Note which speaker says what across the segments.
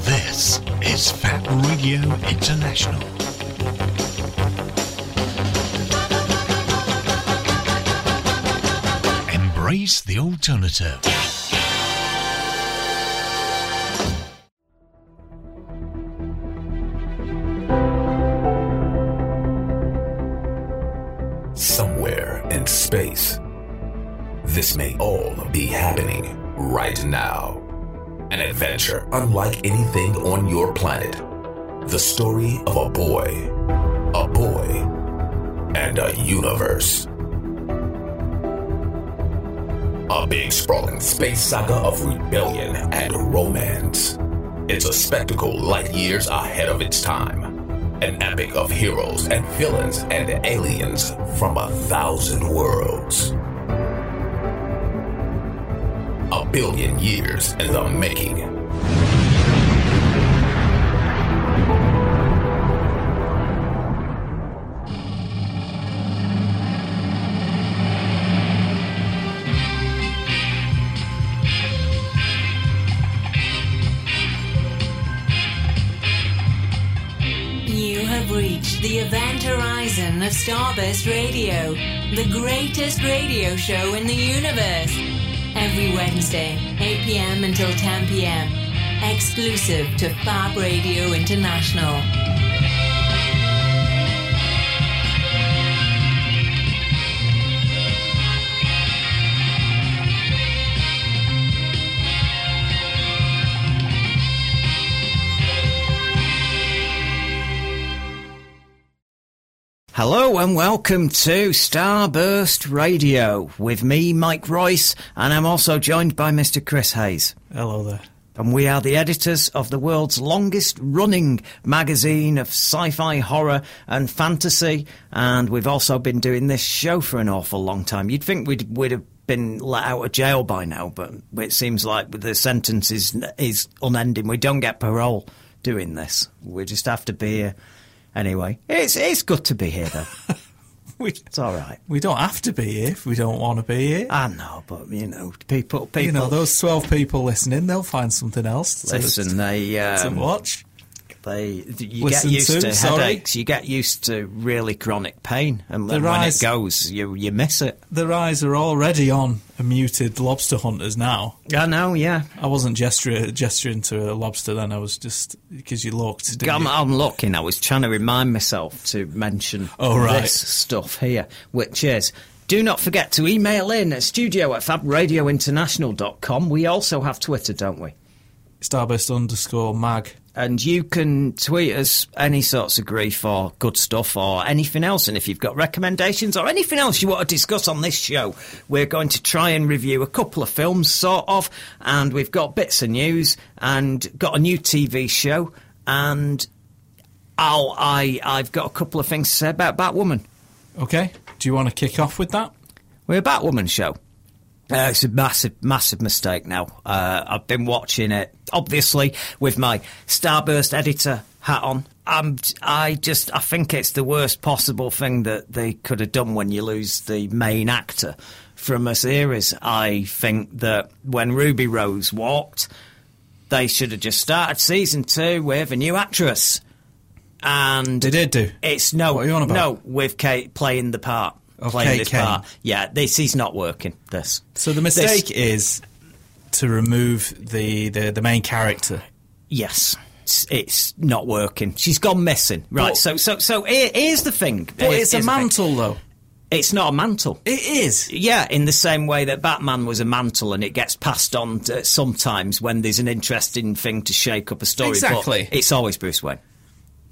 Speaker 1: This is Fat Radio International. Embrace the alternative.
Speaker 2: Somewhere in space, this may all be happening right now. An adventure unlike anything on your planet. The story of a boy, a boy, and a universe. A big sprawling space saga of rebellion and romance. It's a spectacle light years ahead of its time. An epic of heroes and villains and aliens from a thousand worlds. A billion years in the making.
Speaker 3: You have reached the event horizon of Starburst Radio, the greatest radio show in the universe. Every Wednesday, 8 p.m. until 10 p.m. Exclusive to Fab Radio International.
Speaker 4: Hello and welcome to Starburst Radio with me, Mike Royce, and I'm also joined by Mr. Chris Hayes.
Speaker 5: Hello there.
Speaker 4: And we are the editors of the world's longest running magazine of sci fi, horror, and fantasy. And we've also been doing this show for an awful long time. You'd think we'd, we'd have been let out of jail by now, but it seems like the sentence is, is unending. We don't get parole doing this. We just have to be here. Anyway, it's, it's good to be here, though.
Speaker 5: We,
Speaker 4: It's all right.
Speaker 5: we don't have to be here if we don't want to be here.
Speaker 4: I know, but you know, people, people.
Speaker 5: you know, those 12 people listening, they'll find something else to,
Speaker 4: listen, they,
Speaker 5: to
Speaker 4: um,
Speaker 5: watch.
Speaker 4: they, you get
Speaker 5: Listen
Speaker 4: used
Speaker 5: to,
Speaker 4: to,
Speaker 5: sorry.
Speaker 4: headaches. You get used to really chronic pain, and
Speaker 5: The
Speaker 4: then when
Speaker 5: rise-
Speaker 4: it goes, you you miss it.
Speaker 5: Their eyes are already on a muted lobster hunters now.
Speaker 4: I know, yeah.
Speaker 5: I wasn't gesture, gesturing to a lobster then, I was just because you looked. didn't
Speaker 4: I'm,
Speaker 5: you?
Speaker 4: I'm looking. I was trying to remind myself to mention
Speaker 5: Oh, right.
Speaker 4: this stuff here, which is do not forget to email in at studio at fabradiointernational.com. We also have Twitter, don't we?
Speaker 5: Starburst underscore mag.
Speaker 4: And you can tweet us any sorts of grief or good stuff or anything else. And if you've got recommendations or anything else you want to discuss on this show, we're going to try and review a couple of films, sort of. And we've got bits of news and got a new TV show. And I'll, I, I've got a couple of things to say about Batwoman.
Speaker 5: Okay? Do you want to kick off with that?
Speaker 4: We're a Batwoman show. Uh, it's a massive, massive mistake now. Uh, I've been watching it, obviously, with my Starburst editor hat on. I'm, I just, I think it's the worst possible thing that they could have done when you lose the main actor from a series. I think that when Ruby Rose walked, they should have just started season two with a new actress. And
Speaker 5: They did do.
Speaker 4: it's no,
Speaker 5: What are you on about?
Speaker 4: no, with Kate playing the part,
Speaker 5: Of
Speaker 4: playing
Speaker 5: Kate
Speaker 4: this
Speaker 5: Kane.
Speaker 4: part. Yeah, this is not working. This.
Speaker 5: So the
Speaker 4: This-
Speaker 5: mistake is to remove the, the, the main character.
Speaker 4: yes, it's, it's not working. She's gone missing. Right.
Speaker 5: But-
Speaker 4: so, so, so here, here's the thing. Here-
Speaker 5: But it's a
Speaker 4: here's the thing.
Speaker 5: mantle, though.
Speaker 4: It's not a mantle.
Speaker 5: It is.
Speaker 4: Yeah, in the same way that Batman was a mantle and it gets passed on to, sometimes when there's an interesting thing to shake up a story. but
Speaker 5: Exactly.
Speaker 4: it's always Bruce Wayne.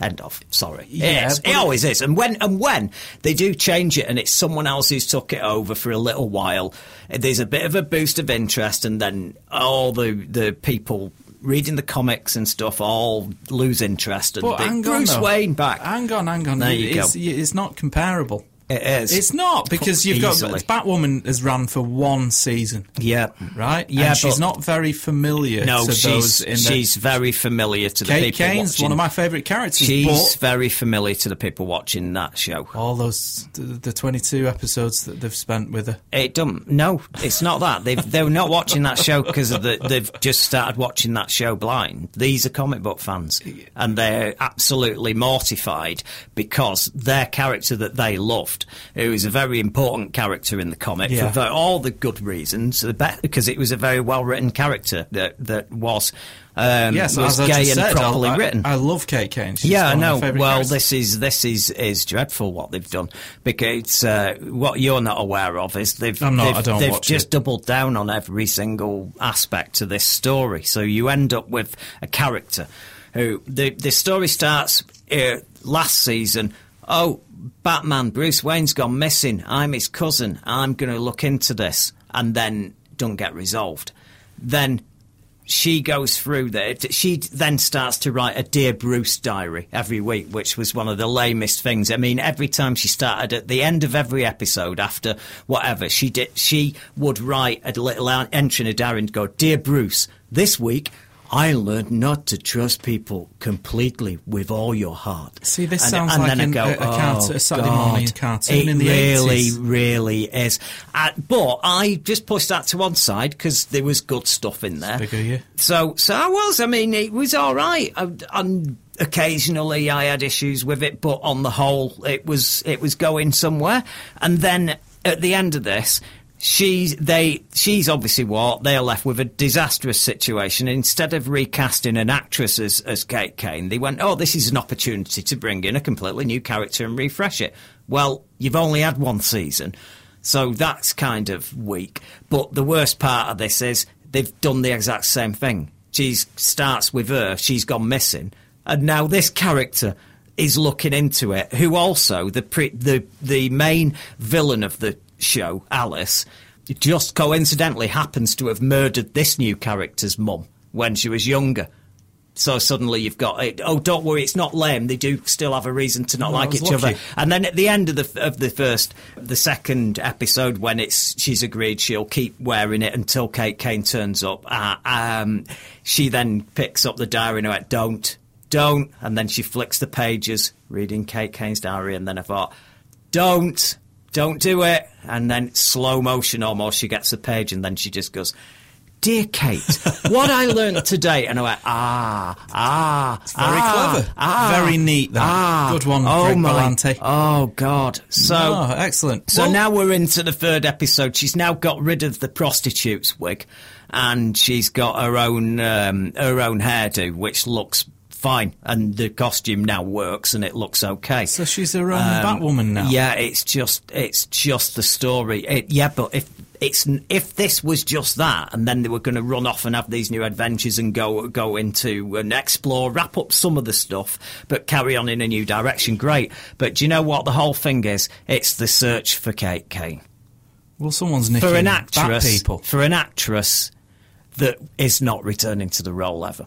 Speaker 4: End of. Sorry.
Speaker 5: Yeah,
Speaker 4: Yes,
Speaker 5: but-
Speaker 4: it always is. And when and when they do change it and it's someone else who's took it over for a little while, there's a bit of a boost of interest and then all the, the people reading the comics and stuff all lose interest and
Speaker 5: But
Speaker 4: they,
Speaker 5: hang on,
Speaker 4: Bruce
Speaker 5: though.
Speaker 4: Wayne back.
Speaker 5: Hang on, hang on.
Speaker 4: There you
Speaker 5: it's,
Speaker 4: go.
Speaker 5: It's not comparable.
Speaker 4: It is.
Speaker 5: It's not because you've got
Speaker 4: Easily.
Speaker 5: Batwoman has ran for one season,
Speaker 4: yeah.
Speaker 5: right?
Speaker 4: Yeah,
Speaker 5: and she's
Speaker 4: but-
Speaker 5: not very familiar.
Speaker 4: No,
Speaker 5: to
Speaker 4: she's
Speaker 5: those in
Speaker 4: she's very familiar to the
Speaker 5: the, Kate
Speaker 4: people
Speaker 5: Kane's
Speaker 4: watching.
Speaker 5: one of my favourite characters.
Speaker 4: She's
Speaker 5: but
Speaker 4: very familiar to the people watching that show.
Speaker 5: all those the, the twenty-two episodes that they've spent with her.
Speaker 4: It don't. No, it's not that. They've, they're not watching that show because the, they've just started watching that show blind. These are comic book fans, and they're absolutely mortified because their character that they loved, who is a very important character in the comic
Speaker 5: Yeah.
Speaker 4: for ver- all the good reasons, the be- because it was a very well written character that that was um,
Speaker 5: Yes,
Speaker 4: was
Speaker 5: as I
Speaker 4: gay
Speaker 5: just
Speaker 4: and
Speaker 5: said, I-
Speaker 4: properly
Speaker 5: I,
Speaker 4: written.
Speaker 5: I love Kate Kane. She's
Speaker 4: yeah, I
Speaker 5: one of my
Speaker 4: know.
Speaker 5: favourite
Speaker 4: Well,
Speaker 5: characters.
Speaker 4: this is this is is dreadful what they've done because uh, what you're not aware of is they've
Speaker 5: I'm not,
Speaker 4: they've,
Speaker 5: I don't
Speaker 4: they've
Speaker 5: watch
Speaker 4: just
Speaker 5: it.
Speaker 4: doubled down on every single aspect to this story. So you end up with a character who the the story starts uh, last season. Oh, Batman, Bruce Wayne's gone missing. I'm his cousin. I'm going to look into this, and then don't get resolved. Then she goes through that. She then starts to write a Dear Bruce diary every week, which was one of the lamest things. I mean, every time she started at the end of every episode after whatever she did, she would write a little out- entry in a diary and go, "Dear Bruce, this week." I learned not to trust people completely with all your heart.
Speaker 5: See, this sounds like an- a- a cart- a Saturday morning cartoon
Speaker 4: "Oh, it
Speaker 5: in the
Speaker 4: really,
Speaker 5: 80s."
Speaker 4: really is. Uh, but I just pushed that to one side because there was good stuff in there.
Speaker 5: Bigger, yeah.
Speaker 4: So, so I was. I mean, it was all right. I, and occasionally, I had issues with it, but on the whole, it was it was going somewhere. And then at the end of this, she's they she's obviously what they are left with a disastrous situation. Instead of recasting an actress as as Kate Kane, they went, "Oh, this is an opportunity to bring in a completely new character and refresh it." Well, you've only had one season. So that's kind of weak. But the worst part of this is they've done the exact same thing. She starts with her, she's gone missing, and now this character is looking into it. Who also the pre- the the main villain of the show, Alice, just coincidentally happens to have murdered this new character's mum when she was younger. So suddenly you've got it. Oh, don't worry, it's not lame. They do still have a reason to not
Speaker 5: Well, I
Speaker 4: like
Speaker 5: was
Speaker 4: each other.
Speaker 5: lucky.
Speaker 4: And then at the end of the of the first, the second episode, when it's she's agreed she'll keep wearing it until Kate Kane turns up. Uh, um, she then picks up the diary and went, "Don't, don't," and then she flicks the pages, reading Kate Kane's diary, and then I thought, "Don't, don't do it." And then slow motion, almost, she gets the page, and then she just goes. Dear Kate, what I learnt today, and I went, ah, ah,
Speaker 5: very
Speaker 4: ah,
Speaker 5: clever,
Speaker 4: ah,
Speaker 5: very neat. That
Speaker 4: Ah,
Speaker 5: good one,
Speaker 4: oh
Speaker 5: Greg
Speaker 4: my-
Speaker 5: Berlanti.
Speaker 4: Oh God! So,
Speaker 5: oh, excellent.
Speaker 4: so
Speaker 5: Well,
Speaker 4: now we're into the third episode. She's now got rid of the prostitute's wig, and she's got her own um, her own hairdo, which looks fine, and the costume now works, and it looks okay.
Speaker 5: so she's her own Batwoman now.
Speaker 4: Um, Yeah, it's just it's just the story. It, yeah, but if it's n- if this was just that, and then they were going to run off and have these new adventures and go go into and explore, wrap up some of the stuff, but carry on in a new direction. Great, but do you know what the whole thing is? It's the search for Kate Kane
Speaker 5: Well, someone's nicking
Speaker 4: for an
Speaker 5: Bat
Speaker 4: actress
Speaker 5: people.
Speaker 4: for an actress that is not returning to the role ever,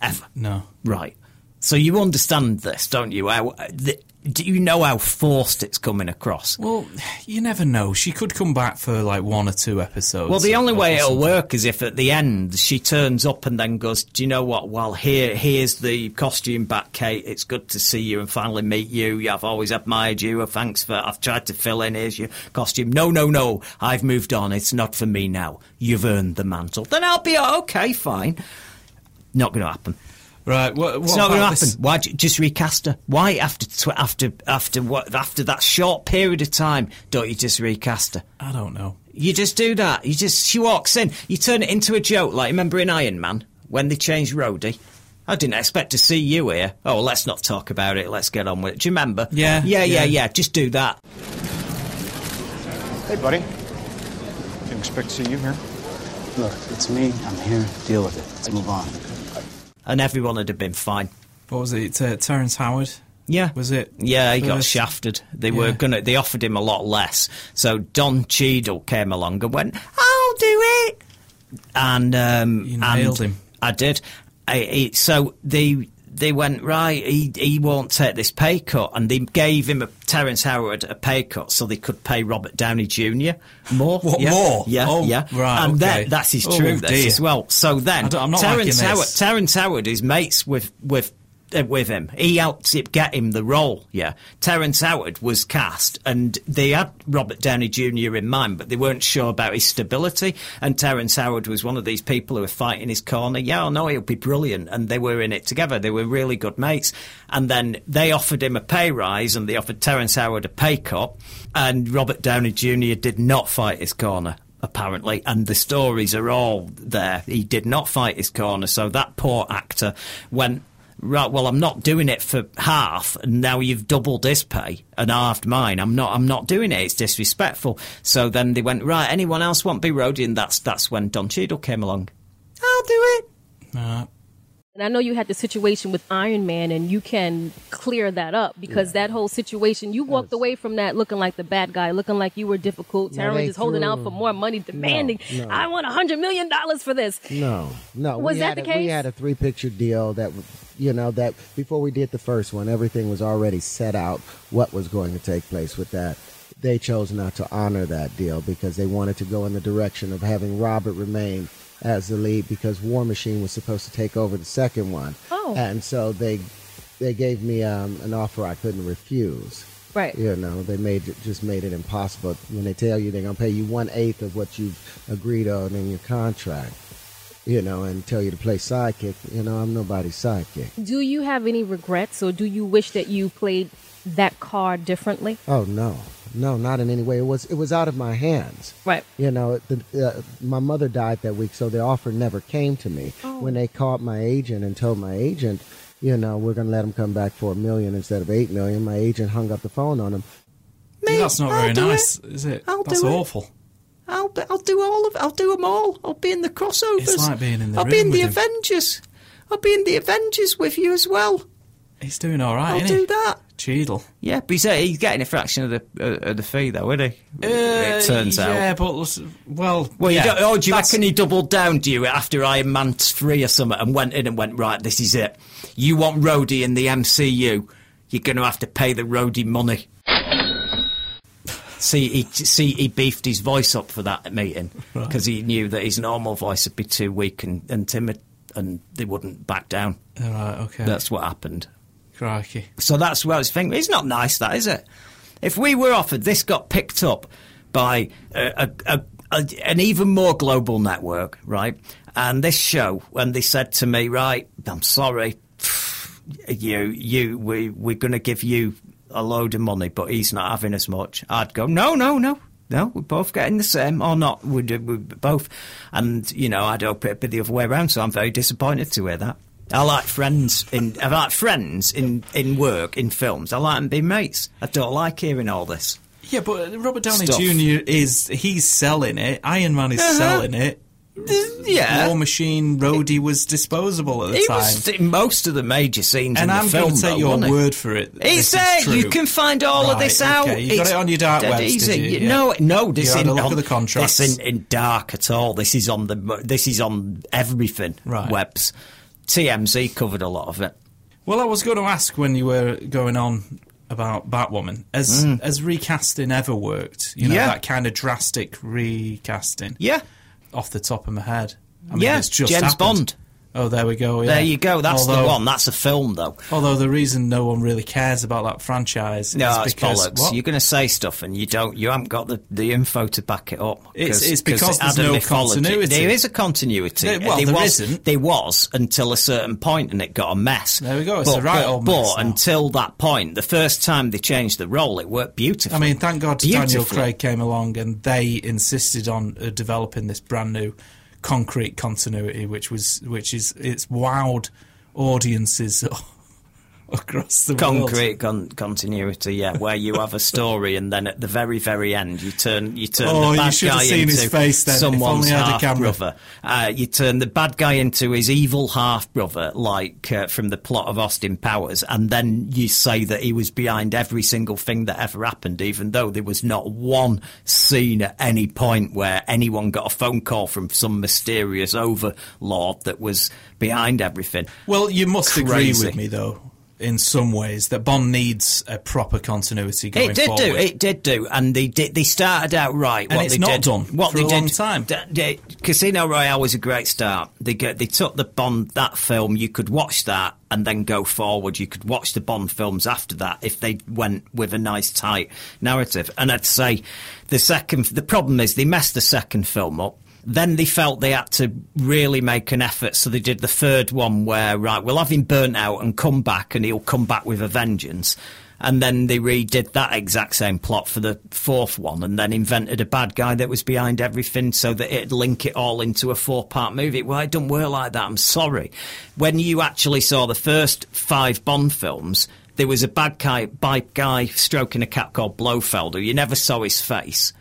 Speaker 4: ever.
Speaker 5: No.
Speaker 4: Right. So you understand this, don't you? How, uh, the, do you know how forced it's coming across?
Speaker 5: Well, you never know. She could come back for like one or two episodes.
Speaker 4: Well, the only
Speaker 5: or
Speaker 4: way it'll
Speaker 5: something.
Speaker 4: work is if at the end she turns up and then goes, "Do you know what? Well, here, here's the costume back, Kate. It's good to see you and finally meet you. I've always admired you. Thanks for. I've tried to fill in. Here's your costume. No, no, no. I've moved on. It's not for me now. You've earned the mantle. Then I'll be okay. Fine. Not going to happen.
Speaker 5: Right. What, what
Speaker 4: It's not going to
Speaker 5: about
Speaker 4: happen.
Speaker 5: this-
Speaker 4: Why d- just recast her? Why after tw- after after what after that short period of time don't you just recast her?
Speaker 5: I don't know.
Speaker 4: You just do that. You just she walks in. You turn it into a joke. Like remember in Iron Man when they changed Rhodey. I didn't expect to see you here. Oh, let's not talk about it. Let's get on with it. Do you remember?
Speaker 5: Yeah,
Speaker 4: yeah, yeah,
Speaker 5: yeah.
Speaker 4: yeah. Just do that.
Speaker 6: Hey, buddy. Didn't expect to see you here.
Speaker 7: Look, it's me. I'm here. Deal with it. Let's move on.
Speaker 4: and everyone would have been fine.
Speaker 5: What was it? Uh, Terrence Howard.
Speaker 4: Yeah,
Speaker 5: Was it?
Speaker 4: Yeah, he
Speaker 5: for
Speaker 4: got
Speaker 5: this?
Speaker 4: shafted. They were
Speaker 5: Yeah.
Speaker 4: gonna. They offered him a lot less. So Don Cheadle came along and went, "I'll do it." And um,
Speaker 5: You
Speaker 4: and
Speaker 5: nailed him.
Speaker 4: I did. I, I- so the they went right. He he won't take this pay cut, and they gave him a Terence Howard a pay cut so they could pay Robert Downey Jr. more.
Speaker 5: What,
Speaker 4: yeah,
Speaker 5: more?
Speaker 4: Yeah,
Speaker 5: Oh,
Speaker 4: yeah.
Speaker 5: right,
Speaker 4: and
Speaker 5: okay.
Speaker 4: that that's his
Speaker 5: Oh,
Speaker 4: truth
Speaker 5: dear.
Speaker 4: as well. So
Speaker 5: I
Speaker 4: then
Speaker 5: don't- I'm not
Speaker 4: Terence
Speaker 5: liking
Speaker 4: Howard
Speaker 5: this.
Speaker 4: Terence Howard is mates with with. uh, With him, he helped it get him the role. Yeah, Terence Howard was cast, and they had Robert Downey Jr. in mind, but they weren't sure about his stability. And Terence Howard was one of these people who were fighting his corner. Yeah, I know he'll be brilliant, and they were in it together. They were really good mates. And then they offered him a pay rise, and they offered Terence Howard a pay cut. And Robert Downey Jr. did not fight his corner apparently, and the stories are all there. He did not fight his corner, so that poor actor went. Right, well, I'm not doing it for half, and now you've doubled this pay and halved mine. I'm not, I'm not doing it. It's disrespectful. So then they went, right. Anyone else want Brody? And that's that's when Don Cheadle came along. I'll do it.
Speaker 5: Nah.
Speaker 8: And I know you had the situation with Iron Man, and you can clear that up because that whole situation, you walked away from that looking like the bad guy, looking like you were difficult.
Speaker 9: No,
Speaker 8: Terrence
Speaker 9: they
Speaker 8: is holding out
Speaker 9: threw-
Speaker 8: for more money, demanding,
Speaker 9: no.
Speaker 8: I want a $100 million for this.
Speaker 9: No, no.
Speaker 8: Was
Speaker 9: we
Speaker 8: that
Speaker 9: had
Speaker 8: the
Speaker 9: a,
Speaker 8: case?
Speaker 9: We had a three-picture deal that, w- you know, that before we did the first one, everything was already set out what was going to take place with that. They chose not to honor that deal because they wanted to go in the direction of having Robert remain as the lead because War Machine was supposed to take over the second one.
Speaker 8: Oh.
Speaker 9: And so they they gave me um, an offer I couldn't refuse.
Speaker 8: Right.
Speaker 9: You know, they made it, just made it impossible. When they tell you they're gonna pay you one eighth of what you've agreed on in your contract, you know, and tell you to play sidekick, you know, I'm nobody's sidekick.
Speaker 8: Do you have any regrets, or do you wish that you played that card differently?
Speaker 9: Oh no, no, not in any way. It was it was out of my hands.
Speaker 8: Right.
Speaker 9: You know, the, uh, my mother died that week, so the offer never came to me.
Speaker 8: Oh.
Speaker 9: When they called my agent and told my agent, you know, we're gonna let him come back for a million instead of eight million, my agent hung up the phone on him.
Speaker 5: That's not
Speaker 4: I'll
Speaker 5: very
Speaker 4: do
Speaker 5: nice,
Speaker 4: it.
Speaker 5: is it?
Speaker 4: I'll
Speaker 5: That's
Speaker 4: do it.
Speaker 5: awful.
Speaker 4: I'll be- I'll do all of I'll do them all. I'll be in the crossovers.
Speaker 5: It's like being in the
Speaker 4: I'll be
Speaker 5: room
Speaker 4: in the
Speaker 5: with him.
Speaker 4: Avengers. I'll be in the Avengers with you as well.
Speaker 5: He's doing all right,
Speaker 4: I'll
Speaker 5: isn't
Speaker 4: do
Speaker 5: he?
Speaker 4: that.
Speaker 5: Cheadle.
Speaker 4: Yeah, but he's, uh, he's getting a fraction of the uh, of the fee, though, isn't he? it turns
Speaker 5: Yeah,
Speaker 4: out.
Speaker 5: but let's- well,
Speaker 4: Well,
Speaker 5: yeah,
Speaker 4: you don't, oh, do you
Speaker 5: that's-
Speaker 4: reckon he doubled down, do you, after Iron Man 3 or something, and went in and went, right, this is it. You want Rhodey in the MCU, you're going to have to pay the Rhodey money. see, he, see, he beefed his voice up for that meeting, because he knew that his normal voice would be too weak and, and timid, and they wouldn't back down.
Speaker 5: All right, okay.
Speaker 4: That's what happened.
Speaker 5: crikey.
Speaker 4: So that's what I was thinking. It's not nice, that is it? If we were offered, this got picked up by a, a, a, a, an even more global network, right? And this show, and they said to me, right, I'm sorry, you, you, we, we're going to give you a load of money, but he's not having as much. I'd go, no, no, no. No, we're both getting the same, or not? We're, we're both, and you know, I'd hope it'd be the other way around. So I'm very disappointed to hear that. I like friends in I like friends in, in work in films. I like them being mates. I don't like hearing all this.
Speaker 5: Yeah, but uh, Robert Downey
Speaker 4: Stuff. Uh-huh.
Speaker 5: Jr. is he's selling it. Iron Man is selling it.
Speaker 4: Yeah,
Speaker 5: War Machine Rhodey was disposable at the
Speaker 4: he
Speaker 5: time.
Speaker 4: was in most of the major scenes. in
Speaker 5: and
Speaker 4: the
Speaker 5: I'm
Speaker 4: film,
Speaker 5: going to take
Speaker 4: though,
Speaker 5: your
Speaker 4: wasn't it?
Speaker 5: word for it. that
Speaker 4: It's
Speaker 5: this is
Speaker 4: there. You
Speaker 5: true.
Speaker 4: can find all of
Speaker 5: Right,
Speaker 4: this
Speaker 5: okay.
Speaker 4: out.
Speaker 5: You got
Speaker 4: it's
Speaker 5: it on your dark
Speaker 4: dead
Speaker 5: webs, did
Speaker 4: easy.
Speaker 5: you?
Speaker 4: You-
Speaker 5: Yeah.
Speaker 4: No, no. This
Speaker 5: You had a
Speaker 4: isn't
Speaker 5: look
Speaker 4: on,
Speaker 5: at the contracts.
Speaker 4: This isn't in dark at all. This is on the. This is on everything.
Speaker 5: Right.
Speaker 4: Webs. TMZ covered a lot of it.
Speaker 5: Well, I was going to ask when you were going on about Batwoman, as as recasting ever worked? You know
Speaker 4: Mm. Yeah.
Speaker 5: that kind of drastic recasting.
Speaker 4: Yeah.
Speaker 5: Off the top of my head, I mean,
Speaker 4: Yeah,
Speaker 5: it's just
Speaker 4: James
Speaker 5: happened.
Speaker 4: Bond.
Speaker 5: Oh, there we go. yeah.
Speaker 4: There you go. That's
Speaker 5: Although-
Speaker 4: the one. That's a film, though.
Speaker 5: Although the reason no one really cares about that franchise
Speaker 4: No,
Speaker 5: is
Speaker 4: it's
Speaker 5: because
Speaker 4: bollocks.
Speaker 5: what?
Speaker 4: You're going to say stuff and you don't. You haven't got the, the info to back it up.
Speaker 5: It's-
Speaker 4: 'Cause-
Speaker 5: it's
Speaker 4: 'cause
Speaker 5: because
Speaker 4: it
Speaker 5: there's
Speaker 4: had a
Speaker 5: no
Speaker 4: mythology.
Speaker 5: continuity.
Speaker 4: There is a continuity.
Speaker 5: There- well, there
Speaker 4: was,
Speaker 5: isn't.
Speaker 4: There was until a certain point, and it got a mess.
Speaker 5: There we go, it's a right
Speaker 4: but,
Speaker 5: old
Speaker 4: but
Speaker 5: mess now.
Speaker 4: until that point, the first time they changed the role, it worked beautifully.
Speaker 5: I mean, thank God Daniel
Speaker 4: Beautifully.
Speaker 5: Craig came along and they insisted on uh, developing this brand new concrete continuity, which was which is it's wowed audiences across the world.
Speaker 4: Concrete con- continuity, yeah, where you have a story and then at the very, very end you turn you turn
Speaker 5: Oh,
Speaker 4: the
Speaker 5: you
Speaker 4: bad
Speaker 5: should have
Speaker 4: guy
Speaker 5: seen
Speaker 4: into
Speaker 5: his face then, if
Speaker 4: someone's
Speaker 5: only I had a
Speaker 4: half
Speaker 5: camera.
Speaker 4: brother. Uh, you turn the bad guy into his evil half brother, like uh, from the plot of Austin Powers, and then you say that he was behind every single thing that ever happened, even though there was not one scene at any point where anyone got a phone call from some mysterious overlord that was behind everything.
Speaker 5: Well, you must
Speaker 4: Crazy.
Speaker 5: agree with me though, in some ways, that Bond needs a proper continuity going
Speaker 4: It did
Speaker 5: forward.
Speaker 4: do. It did do, and they did. They started out right.
Speaker 5: And
Speaker 4: what
Speaker 5: it's
Speaker 4: they
Speaker 5: not
Speaker 4: did,
Speaker 5: done
Speaker 4: What
Speaker 5: for
Speaker 4: they
Speaker 5: a
Speaker 4: did,
Speaker 5: long time.
Speaker 4: d- d- Casino Royale was a great start. They get, they took the Bond that film. You could watch that and then go forward. You could watch the Bond films after that if they went with a nice tight narrative. And I'd say the second. The problem is they messed the second film up. Then they felt they had to really make an effort, so they did the third one where, right, we'll have him burnt out and come back, and he'll come back with a vengeance. And then they redid that exact same plot for the fourth one and then invented a bad guy that was behind everything so that it'd link it all into a four part movie. Well, it don't work like that. I'm sorry. When you actually saw the first five Bond films, there was a bad guy, bad guy stroking a cat called Blofeld who you never saw his face.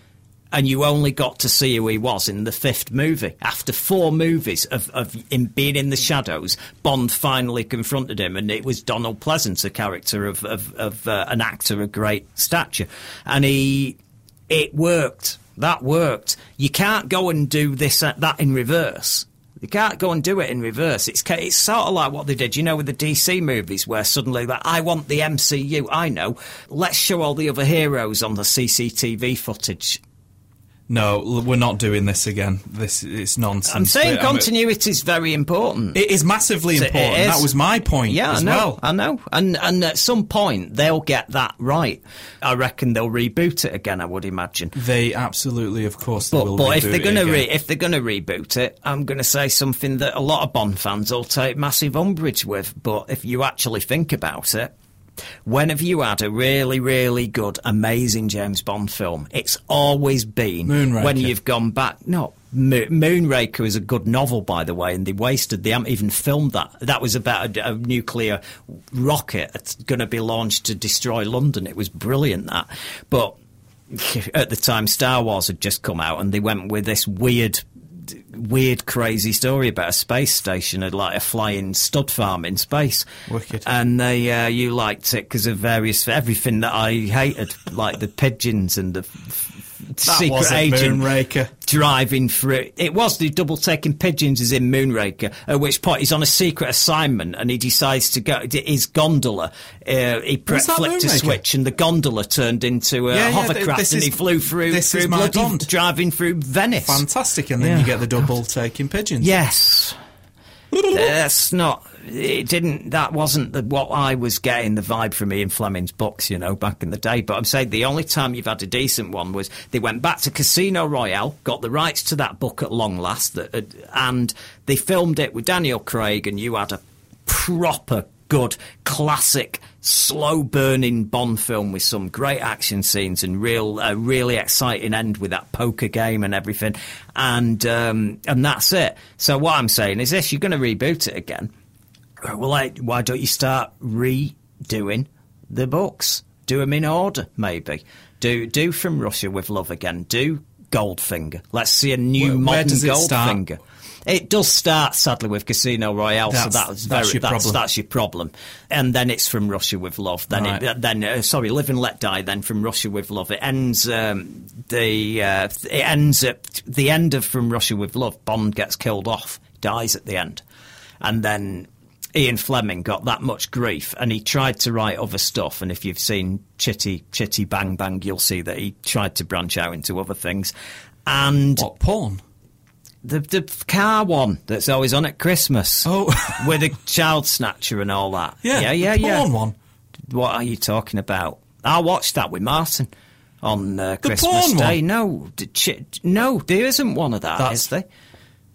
Speaker 4: And you only got to see who he was in the fifth movie. After four movies of, of him being in the shadows, Bond finally confronted him, and it was Donald Pleasance, a character of, of, of uh, an actor of great stature. And he, it worked. That worked. You can't go and do this, uh, that in reverse. You can't go and do it in reverse. It's ca- it's sort of like what they did, you know, with the DC movies, where suddenly, like, I want the MCU. I know. Let's show all the other heroes on the CCTV footage.
Speaker 5: No, l- we're not doing this again. This it's nonsense.
Speaker 4: I'm saying
Speaker 5: But, um,
Speaker 4: continuity is very important.
Speaker 5: It is massively
Speaker 4: It
Speaker 5: important.
Speaker 4: is.
Speaker 5: That was my point
Speaker 4: yeah,
Speaker 5: as
Speaker 4: I know, Uh,
Speaker 5: well.
Speaker 4: I know. And and at some point they'll get that right. I reckon they'll reboot it again. I would imagine.
Speaker 5: They absolutely, of course, they
Speaker 4: But,
Speaker 5: will
Speaker 4: but if
Speaker 5: redo
Speaker 4: they're
Speaker 5: it
Speaker 4: going to
Speaker 5: again.
Speaker 4: re- if they're going to reboot it, I'm going to say something that a lot of Bond fans will take massive umbrage with. But if you actually think about it, when have you had a really, really good, amazing James Bond film? It's always been
Speaker 5: Moonraker.
Speaker 4: when you've gone back. No, Mo- Moonraker is a good novel, by the way, and they wasted. They haven't even filmed that. That was about a, a nuclear rocket that's going to be launched to destroy London. It was brilliant that, but at the time Star Wars had just come out, and they went with this weird, weird, crazy story about a space station and like a flying stud farm in space.
Speaker 5: Wicked.
Speaker 4: And they, uh, you liked it because of various everything that I hated, like the pigeons and the. f- f-
Speaker 5: That
Speaker 4: secret
Speaker 5: wasn't
Speaker 4: agent
Speaker 5: Moonraker.
Speaker 4: driving through. It was the double taking pigeons is in Moonraker, at which point he's on a secret assignment and he decides to go. His gondola, uh, he pre-
Speaker 5: Was that
Speaker 4: flipped a
Speaker 5: Moonraker?
Speaker 4: switch and the gondola turned into a
Speaker 5: Yeah, yeah,
Speaker 4: hovercraft
Speaker 5: th- this
Speaker 4: and he
Speaker 5: is-
Speaker 4: flew through,
Speaker 5: this
Speaker 4: through
Speaker 5: is my
Speaker 4: bloody-
Speaker 5: Bond.
Speaker 4: driving through Venice.
Speaker 5: Fantastic, and then
Speaker 4: Yeah.
Speaker 5: you get the double taking pigeons.
Speaker 4: Yes. That's not. It didn't. That wasn't the, what I was getting the vibe from Ian Fleming's books, you know, back in the day. But I'm saying the only time you've had a decent one was they went back to Casino Royale, got the rights to that book at long last, that, had- and they filmed it with Daniel Craig, and you had a proper good classic slow burning bond film with some great action scenes and real a really exciting end with that poker game and everything and um, and that's it so what i'm saying is this you're going to reboot it again well like, why don't you start redoing the books do them in order maybe do do from russia with love again do goldfinger let's see a new
Speaker 5: Where- where
Speaker 4: modern
Speaker 5: does it start?
Speaker 4: goldfinger it does start sadly with Casino Royale, so
Speaker 5: That's-
Speaker 4: that was very
Speaker 5: that's
Speaker 4: that's
Speaker 5: your
Speaker 4: that's,
Speaker 5: problem.
Speaker 4: your problem. And then it's from Russia with Love. Then
Speaker 5: Right.
Speaker 4: it, then uh, sorry, Live and Let Die. Then from Russia with Love, it ends um, the uh, it ends at the end of From Russia with Love. Bond gets killed off, dies at the end, and then. Ian Fleming got that much grief, and he tried to write other stuff. And if you've seen Chitty Chitty Bang Bang, you'll see that he tried to branch out into other things. And
Speaker 5: What porn?
Speaker 4: the the car one that's always on at Christmas.
Speaker 5: Oh.
Speaker 4: with a child snatcher and all that.
Speaker 5: Yeah,
Speaker 4: yeah, yeah.
Speaker 5: the
Speaker 4: yeah.
Speaker 5: porn one.
Speaker 4: What are you talking about? I watched that with Martin on uh,
Speaker 5: The
Speaker 4: Christmas
Speaker 5: porn
Speaker 4: Day.
Speaker 5: one?
Speaker 4: No, d- chi- no, there isn't one of that,
Speaker 5: That's
Speaker 4: is there?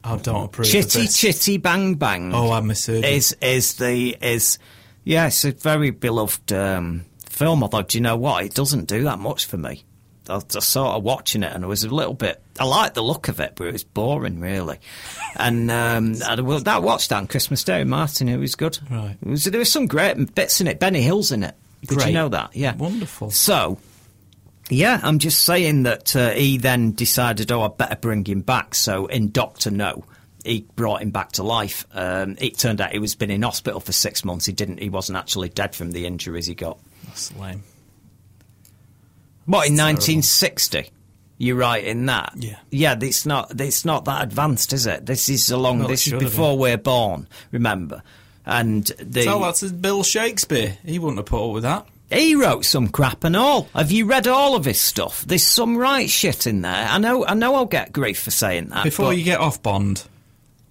Speaker 5: I don't approve. of
Speaker 4: Oh, Chitty
Speaker 5: this.
Speaker 4: chitty bang bang.
Speaker 5: Oh, I misheard. you.
Speaker 4: Is is the is yeah? It's a very beloved um, film. Although, do you know what? It doesn't do that much for me. I was just sort of watching it, and I was a little bit. I liked the look of it, but it was boring, really. And um, I, well, that watched that on Christmas Day, with Martin. It was good.
Speaker 5: Right.
Speaker 4: It was, there was some great bits in it. Benny Hill's in it. Did
Speaker 5: Great.
Speaker 4: you know that? Yeah.
Speaker 5: Wonderful.
Speaker 4: So, yeah, I'm just saying that uh, he then decided, oh, I better bring him back. So in Doctor No, he brought him back to life. Um, it turned out he was been in hospital for six months. He didn't. He wasn't actually dead from the injuries he got.
Speaker 5: That's lame.
Speaker 4: What in 1960? You're right in that.
Speaker 5: Yeah.
Speaker 4: yeah. It's not. It's not that advanced, is it? This is along.
Speaker 5: Well, it
Speaker 4: this is
Speaker 5: should have
Speaker 4: before we're born. Remember, and the
Speaker 5: Tell that to Bill Shakespeare. He wouldn't have put up with that.
Speaker 4: He wrote some crap and all. Have you read all of his stuff? There's some right shit in there. I know. I know. I'll get grief for saying that.
Speaker 5: Before
Speaker 4: Uh, but Mm.
Speaker 5: you get off Bond,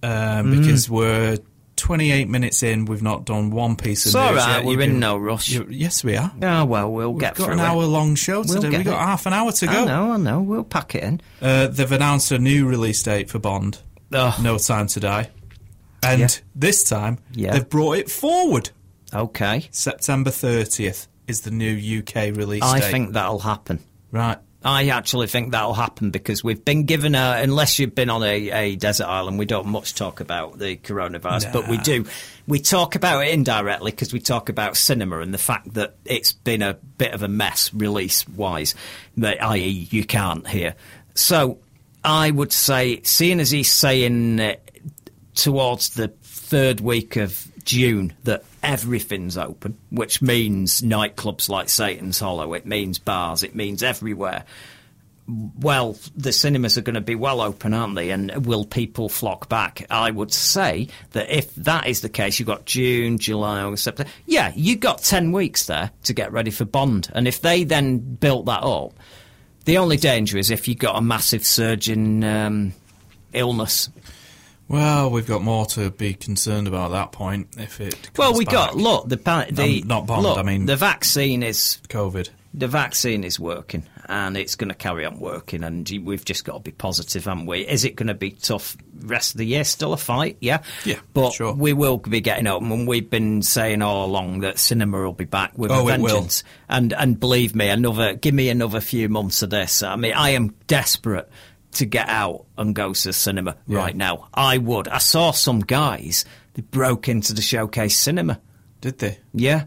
Speaker 5: uh, because we're 28 minutes in, we've not done one piece of
Speaker 4: It's
Speaker 5: news
Speaker 4: all right,
Speaker 5: yet.
Speaker 4: we're
Speaker 5: You've
Speaker 4: in
Speaker 5: been-
Speaker 4: no rush.
Speaker 5: you- Yes, we are.
Speaker 4: Ah, well, we'll
Speaker 5: We've
Speaker 4: get
Speaker 5: got
Speaker 4: through
Speaker 5: an
Speaker 4: it.
Speaker 5: hour-long show
Speaker 4: We'll
Speaker 5: today.
Speaker 4: get
Speaker 5: We've got
Speaker 4: it.
Speaker 5: half an hour to
Speaker 4: I
Speaker 5: go.
Speaker 4: know. I know. We'll pack it in.
Speaker 5: Uh, they've announced a new release date for Bond.
Speaker 4: Ugh.
Speaker 5: No Time to Die. And
Speaker 4: Yeah.
Speaker 5: this time,
Speaker 4: Yeah.
Speaker 5: they've brought it forward.
Speaker 4: Okay.
Speaker 5: September 30th is the new UK release
Speaker 4: I
Speaker 5: date.
Speaker 4: think that'll happen.
Speaker 5: Right.
Speaker 4: I actually think that'll happen because we've been given a, unless you've been on a, a desert island, we don't much talk about the coronavirus, but we
Speaker 5: Nah.
Speaker 4: do. We talk about it indirectly because we talk about cinema and the fact that it's been a bit of a mess release wise, that i.e., you can't hear. So I would say, seeing as he's saying uh, towards the third week of June that everything's open, which means nightclubs like Satan's Hollow, it means bars, it means everywhere. Well, the cinemas are going to be well open, aren't they? And will people flock back? I would say that if that is the case, you've got June, July, August, September. Yeah, you've got 10 weeks there to get ready for Bond. And if they then built that up, the only danger is if you've got a massive surge in um, illness
Speaker 5: Well, we've got more to be concerned about at that point if it comes
Speaker 4: Well, we
Speaker 5: back.
Speaker 4: got look the pa- the
Speaker 5: Um, not Bond,
Speaker 4: look,
Speaker 5: I mean-
Speaker 4: the vaccine is
Speaker 5: COVID.
Speaker 4: the vaccine is working and it's going to carry on working and you- we've just got to be positive, haven't we? Is it going to be tough rest of the year? Still a fight, yeah.
Speaker 5: Yeah,
Speaker 4: but
Speaker 5: sure.
Speaker 4: we will be getting open and we've been saying all along that cinema will be back with
Speaker 5: Oh,
Speaker 4: a
Speaker 5: it will.
Speaker 4: vengeance. And and believe me, another give me another few months of this. I mean, I am desperate to get out and go to the cinema
Speaker 5: Yeah.
Speaker 4: right now. I would. I saw some guys that broke into the showcase cinema.
Speaker 5: Did they?
Speaker 4: Yeah,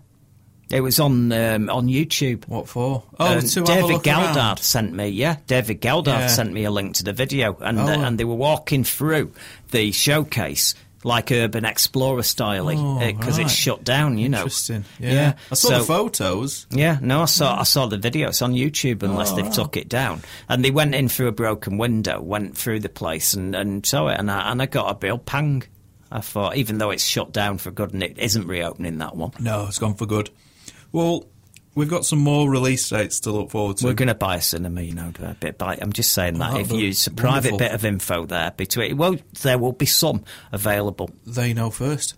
Speaker 4: it was on um, on YouTube.
Speaker 5: What for? Oh,
Speaker 4: Um,
Speaker 5: to have a
Speaker 4: David
Speaker 5: look
Speaker 4: Galdard
Speaker 5: around.
Speaker 4: sent me. Yeah, David Galdard
Speaker 5: Yeah.
Speaker 4: sent me a link to the video, and
Speaker 5: Oh.
Speaker 4: uh, and they were walking through the showcase like Urban Explorer style
Speaker 5: Oh,
Speaker 4: because
Speaker 5: right.
Speaker 4: it's shut down. You know,
Speaker 5: Interesting. Yeah. I saw
Speaker 4: so,
Speaker 5: the photos.
Speaker 4: yeah, no, I saw I saw the video. It's on YouTube unless
Speaker 5: Oh,
Speaker 4: they've took it down. And they went in through a broken window, went through the place and, and saw it and I and I got a real pang. I thought, even though it's shut down for good and it isn't reopening that one.
Speaker 5: No, it's gone for good. Well, we've got some more release dates to look forward to.
Speaker 4: We're going to buy a cinema, you know, a bit by. I'm just saying that
Speaker 5: Well,
Speaker 4: if
Speaker 5: that'd be
Speaker 4: you it's a private
Speaker 5: Oh, wonderful.
Speaker 4: bit of info there between, well, there will be some available.
Speaker 5: they know first.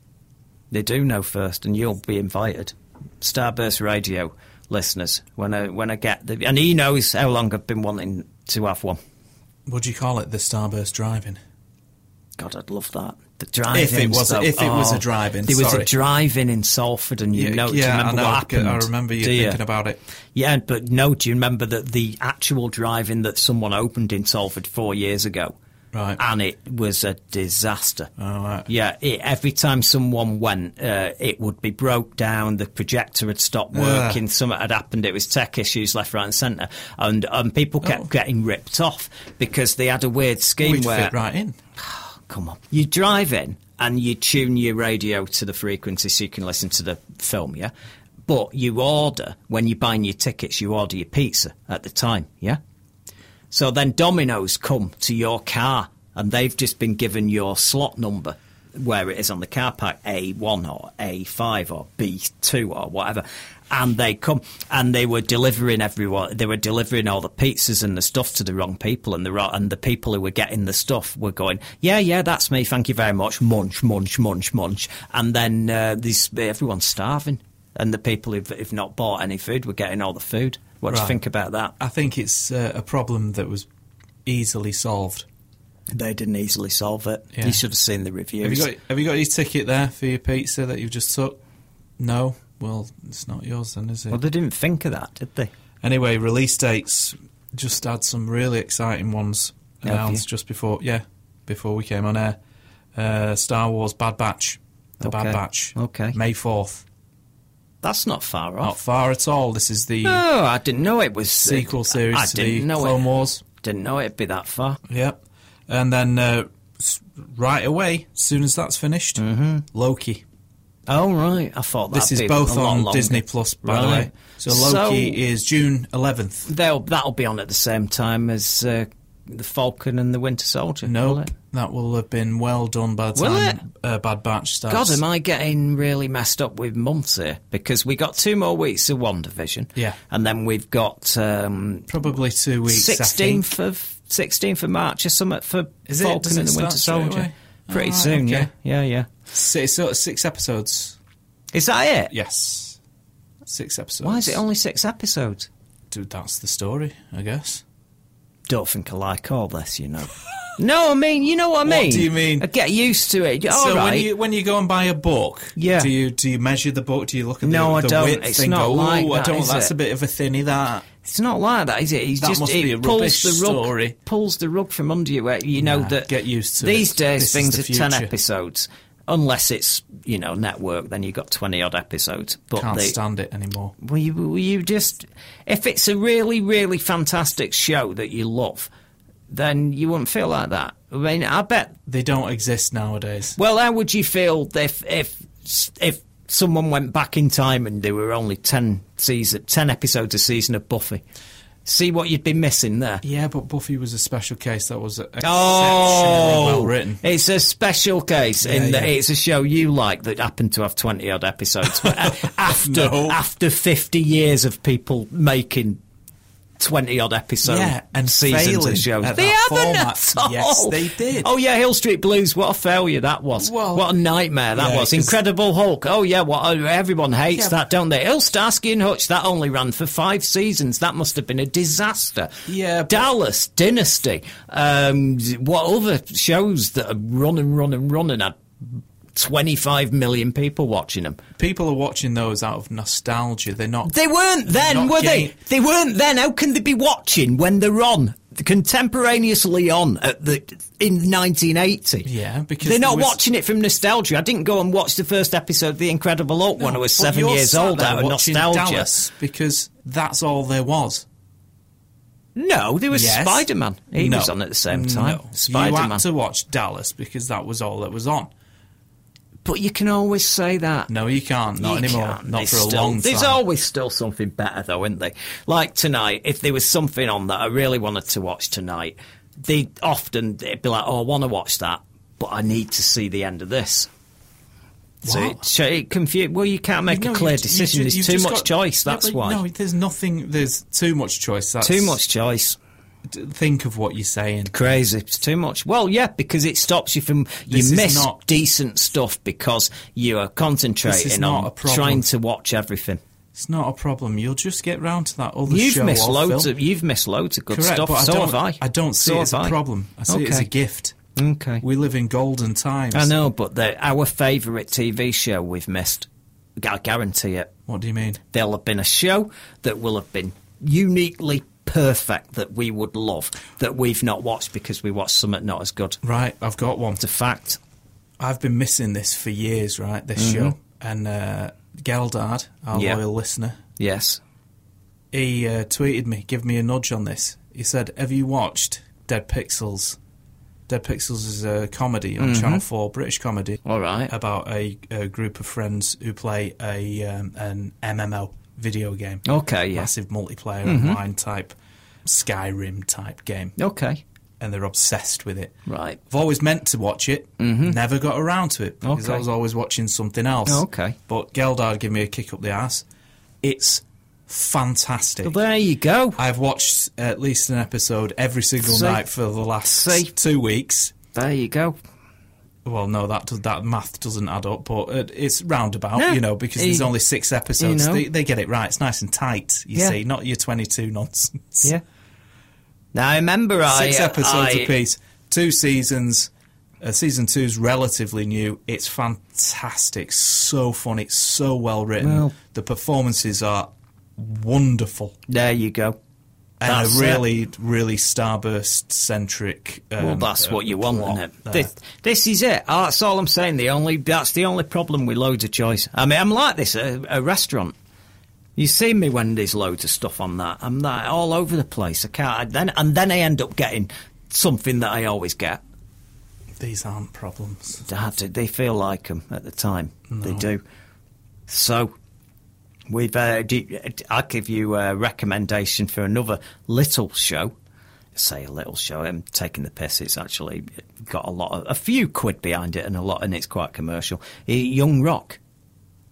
Speaker 4: They do know first, and you'll be invited. Starburst Radio listeners, when I when I get the and he knows how long I've been wanting to have one.
Speaker 5: What do you call it? The Starburst driving.
Speaker 4: God, I'd love that. The drive-in.
Speaker 5: If it was-
Speaker 4: though.
Speaker 5: if it was a drive-in,
Speaker 4: there was
Speaker 5: sorry.
Speaker 4: a drive-in in Salford, and you know. do you
Speaker 5: yeah, I
Speaker 4: remember
Speaker 5: know.
Speaker 4: what happened?
Speaker 5: I remember you
Speaker 4: Do you?
Speaker 5: thinking about it.
Speaker 4: Yeah, but no. Do you remember that the actual drive-in that someone opened in Salford four years ago?
Speaker 5: Right.
Speaker 4: And it was a disaster.
Speaker 5: Oh, right.
Speaker 4: Yeah, it, every time someone went, uh, it would be broke down. The projector had stopped
Speaker 5: Yeah.
Speaker 4: working. Something had happened. It was tech issues left, right, and centre, and um, people kept
Speaker 5: Oh.
Speaker 4: getting ripped off because they had a weird scheme
Speaker 5: We'd
Speaker 4: where
Speaker 5: fit right in.
Speaker 4: come on. You drive in and you tune your radio to the frequency so you can listen to the film, yeah? But you order, when you're buying your tickets, you order your pizza at the time, yeah? So then Domino's come to your car and they've just been given your slot number where it is on the car park A1 or A5 or B2 or whatever. And they come and they were delivering everyone. They were delivering all the pizzas and the stuff to the wrong people, and the ro- and the people who were getting the stuff were going, yeah, yeah, that's me, thank you very much, munch, munch, munch, munch, and then uh, these everyone's starving, and the people who've, who've not bought any food were getting all the food. What do you
Speaker 5: Right.
Speaker 4: think about that?
Speaker 5: I think it's uh, a problem that was easily solved.
Speaker 4: They didn't easily solve it.
Speaker 5: Yeah.
Speaker 4: You should have seen the
Speaker 5: Have you
Speaker 4: reviews.
Speaker 5: got Have you got your ticket there for your pizza that you've just took? No. Well, it's not yours then, is it?
Speaker 4: well, they didn't think of that, did they?
Speaker 5: Anyway, release dates just had some really exciting ones
Speaker 4: Have you?
Speaker 5: announced just before, yeah, before we came on air. Uh, Star Wars Bad Batch, the
Speaker 4: Okay.
Speaker 5: Bad Batch,
Speaker 4: Okay.
Speaker 5: May fourth.
Speaker 4: That's not far
Speaker 5: Not
Speaker 4: off.
Speaker 5: far at all. This is the
Speaker 4: No, I didn't know it was
Speaker 5: sequel series
Speaker 4: I,
Speaker 5: to
Speaker 4: didn't
Speaker 5: the
Speaker 4: know
Speaker 5: Clone
Speaker 4: it.
Speaker 5: Wars.
Speaker 4: Didn't know it'd be that far.
Speaker 5: Yep. And then uh, s- right away, as soon as that's finished,
Speaker 4: Mm-hmm.
Speaker 5: Loki.
Speaker 4: Oh right, I thought
Speaker 5: This
Speaker 4: that'd
Speaker 5: is
Speaker 4: be
Speaker 5: both
Speaker 4: a lot
Speaker 5: on
Speaker 4: longer.
Speaker 5: Disney Plus, by the
Speaker 4: Right.
Speaker 5: way. So Loki
Speaker 4: So-
Speaker 5: is June 11th.
Speaker 4: They'll that'll be on at the same time as uh, the Falcon and the Winter Soldier. will
Speaker 5: No,
Speaker 4: it?
Speaker 5: that will have been well done by the
Speaker 4: Will
Speaker 5: time uh, Bad Batch starts.
Speaker 4: God, am I getting really messed up with months here? Because we got two more weeks of One Division,
Speaker 5: Yeah.
Speaker 4: and then we've got um,
Speaker 5: Probably two weeks. I think.
Speaker 4: sixteenth of sixteenth of March or something for
Speaker 5: Is it?
Speaker 4: Falcon
Speaker 5: Does it
Speaker 4: and the
Speaker 5: start
Speaker 4: Winter
Speaker 5: straight
Speaker 4: Soldier.
Speaker 5: away?
Speaker 4: Pretty
Speaker 5: Oh, right,
Speaker 4: soon,
Speaker 5: okay.
Speaker 4: yeah, yeah, yeah.
Speaker 5: Si- It's sort of six episodes.
Speaker 4: Is that it?
Speaker 5: Yes. Six episodes.
Speaker 4: Why is it only six episodes?
Speaker 5: Dude, that's the story, I guess.
Speaker 4: Don't think I like all this, you know. no, I mean, you know what I
Speaker 5: What
Speaker 4: mean.
Speaker 5: do you mean?
Speaker 4: I get used to it. All
Speaker 5: so
Speaker 4: Oh, right.
Speaker 5: when you when you go and buy a book,
Speaker 4: Yeah.
Speaker 5: do you do you measure the book? Do you look at the,
Speaker 4: No, I
Speaker 5: the
Speaker 4: don't.
Speaker 5: width
Speaker 4: It's
Speaker 5: and
Speaker 4: not
Speaker 5: go,
Speaker 4: like
Speaker 5: "Ooh, I
Speaker 4: that,
Speaker 5: don't.
Speaker 4: is
Speaker 5: that's
Speaker 4: it?"
Speaker 5: a bit of a thinny. That
Speaker 4: It's not like that, is it? It's
Speaker 5: That
Speaker 4: just
Speaker 5: must
Speaker 4: it
Speaker 5: be a
Speaker 4: pulls
Speaker 5: rubbish
Speaker 4: the rug,
Speaker 5: story.
Speaker 4: pulls the rug from under you. Where you know
Speaker 5: Nah,
Speaker 4: that
Speaker 5: get used to
Speaker 4: these
Speaker 5: it.
Speaker 4: days
Speaker 5: This is
Speaker 4: things
Speaker 5: the
Speaker 4: are ten
Speaker 5: future.
Speaker 4: episodes, unless it's you know network. Then you've got twenty odd episodes. But
Speaker 5: can't
Speaker 4: they,
Speaker 5: stand it anymore.
Speaker 4: Will you, will you just if it's a really really fantastic show that you love, then you wouldn't feel like that. I mean, I bet
Speaker 5: They don't exist nowadays.
Speaker 4: well, how would you feel if if if someone went back in time and there were only ten season, ten episodes a season of Buffy? See what you'd be missing there.
Speaker 5: Yeah, but Buffy was a special case that was exceptionally
Speaker 4: Oh,
Speaker 5: well written.
Speaker 4: It's a special case in that
Speaker 5: yeah.
Speaker 4: it's a show you like that happened to have twenty odd episodes. But a- after
Speaker 5: No.
Speaker 4: after fifty years of people making twenty odd episodes,
Speaker 5: Yeah, and
Speaker 4: seasons
Speaker 5: failing
Speaker 4: of shows,
Speaker 5: at
Speaker 4: they
Speaker 5: that
Speaker 4: haven't
Speaker 5: format.
Speaker 4: at all.
Speaker 5: Yes, they did.
Speaker 4: Oh yeah, Hill Street Blues. What a failure that was.
Speaker 5: Well-
Speaker 4: what a nightmare that
Speaker 5: Yeah,
Speaker 4: was.
Speaker 5: 'cause-
Speaker 4: Incredible Hulk. Oh yeah, what everyone hates
Speaker 5: Yeah,
Speaker 4: that, don't they? Hill Starsky and Hutch. That only ran for five seasons. That must have been a disaster.
Speaker 5: Yeah, but-
Speaker 4: Dallas, Dynasty. Um, what other shows that have run and run and run and had 25 million people watching them?
Speaker 5: People are watching those out of nostalgia. They're not.
Speaker 4: They weren't then,
Speaker 5: Not
Speaker 4: were
Speaker 5: getting-
Speaker 4: they? They weren't then. How can they be watching when they're on? Contemporaneously on at the in 1980.
Speaker 5: Yeah, because
Speaker 4: they're
Speaker 5: there
Speaker 4: not
Speaker 5: was-
Speaker 4: watching it from nostalgia. I didn't go and watch the first episode of The Incredible Hulk when I was
Speaker 5: But
Speaker 4: seven
Speaker 5: you're
Speaker 4: years
Speaker 5: sat
Speaker 4: old
Speaker 5: there
Speaker 4: out of
Speaker 5: watching
Speaker 4: nostalgia.
Speaker 5: Dallas because that's all there was.
Speaker 4: No, there was
Speaker 5: Yes.
Speaker 4: Spider Man. He
Speaker 5: No.
Speaker 4: was on at the same time.
Speaker 5: No.
Speaker 4: Spider
Speaker 5: You
Speaker 4: Man.
Speaker 5: had to watch Dallas because that was all that was on.
Speaker 4: But you can always say that.
Speaker 5: No, you can't. Not
Speaker 4: You
Speaker 5: anymore.
Speaker 4: can't.
Speaker 5: Not
Speaker 4: There's
Speaker 5: for a
Speaker 4: still-
Speaker 5: long time.
Speaker 4: There's always still something better, though, isn't there? Like tonight, if there was something on that I really wanted to watch tonight, they often it'd be like, "Oh, I want to watch that, but I need to see the end of this." So
Speaker 5: What?
Speaker 4: it, so it confu- Well, you can't make
Speaker 5: No,
Speaker 4: a
Speaker 5: you-
Speaker 4: clear
Speaker 5: you
Speaker 4: decision.
Speaker 5: ju-
Speaker 4: there's
Speaker 5: you've
Speaker 4: too
Speaker 5: just
Speaker 4: much
Speaker 5: got-
Speaker 4: choice.
Speaker 5: Yeah,
Speaker 4: That's
Speaker 5: but
Speaker 4: why.
Speaker 5: No, there's nothing. There's too much choice. That's
Speaker 4: too much choice.
Speaker 5: D- Think of what you're saying.
Speaker 4: Crazy. It's too much. Well, yeah, because it stops you from you
Speaker 5: This is
Speaker 4: miss
Speaker 5: not-
Speaker 4: decent stuff because you are concentrating
Speaker 5: not
Speaker 4: on
Speaker 5: a problem.
Speaker 4: trying to watch everything.
Speaker 5: It's not a problem. You'll just get round to that other
Speaker 4: you've
Speaker 5: show.
Speaker 4: missed
Speaker 5: or
Speaker 4: loads
Speaker 5: film.
Speaker 4: of you've missed loads of good
Speaker 5: Correct,
Speaker 4: stuff.
Speaker 5: but
Speaker 4: so
Speaker 5: I don't,
Speaker 4: have I.
Speaker 5: don't see
Speaker 4: So
Speaker 5: it as a
Speaker 4: have I.
Speaker 5: problem. I see it as a
Speaker 4: Okay.
Speaker 5: gift.
Speaker 4: Okay.
Speaker 5: We live in golden times.
Speaker 4: I know, but the, our favourite TV show we've missed. I guarantee it.
Speaker 5: What do you mean?
Speaker 4: There'll have been a show that will have been uniquely perfect that we would love that we've not watched because we watched something not as good.
Speaker 5: Right, I've got one.
Speaker 4: It's a fact.
Speaker 5: I've been missing this for years, right? This show. And uh, Geldard, our
Speaker 4: Mm-hmm. Yeah.
Speaker 5: loyal listener,
Speaker 4: Yes.
Speaker 5: he uh, tweeted me, give me a nudge on this. He said, Have you watched Dead Pixels? Dead Pixels is a comedy on Channel 4, British comedy.
Speaker 4: Mm-hmm. All right.
Speaker 5: About a, a group of friends who play a um, an MMO video game.
Speaker 4: Okay, yeah. Mm-hmm.
Speaker 5: Massive multiplayer online type, Skyrim type game.
Speaker 4: Okay.
Speaker 5: And they're obsessed with it.
Speaker 4: Right. Mm-hmm.
Speaker 5: I've always meant to watch it, never got around to it because I
Speaker 4: Okay.
Speaker 5: was always watching something else.
Speaker 4: Okay.
Speaker 5: But Geldard gave me a kick up the ass. It's fantastic.
Speaker 4: Well, there you go.
Speaker 5: I've watched at least an episode every single
Speaker 4: See?
Speaker 5: night for the last
Speaker 4: See?
Speaker 5: two weeks.
Speaker 4: There you go.
Speaker 5: Well, no, that does, that math doesn't add up, but it, it's roundabout,
Speaker 4: No.
Speaker 5: you know, because there's
Speaker 4: You-
Speaker 5: only six episodes.
Speaker 4: you know.
Speaker 5: They, they get it right. It's nice and tight. You
Speaker 4: Yeah.
Speaker 5: see, not your twenty-two nonsense.
Speaker 4: Yeah. Now I remember I uh,
Speaker 5: six episodes
Speaker 4: I-
Speaker 5: apiece, two seasons. Uh, season two's relatively new. It's fantastic, so funny, so well written.
Speaker 4: Well-
Speaker 5: the performances are wonderful.
Speaker 4: There you go.
Speaker 5: and
Speaker 4: That's
Speaker 5: a really, really starburst centric. Um,
Speaker 4: well, that's
Speaker 5: uh,
Speaker 4: what you want,
Speaker 5: plot
Speaker 4: isn't it?
Speaker 5: there.
Speaker 4: This, this is it. Ah, that's all I'm saying. The only that's the only problem with loads of choice. I mean, I'm like this at a, a restaurant. You see me when there's loads of stuff on that. I'm that all over the place. I can't. I then and then I end up getting something that I always get.
Speaker 5: These aren't problems.
Speaker 4: They have to. They feel like them at the time. They do. So we've. Uh, do you- I'll give you a recommendation for another little show. Say a little show. I'm taking the piss. It's actually got a lot of a few quid behind it and a lot, and it's quite commercial. Eh, Young Rock.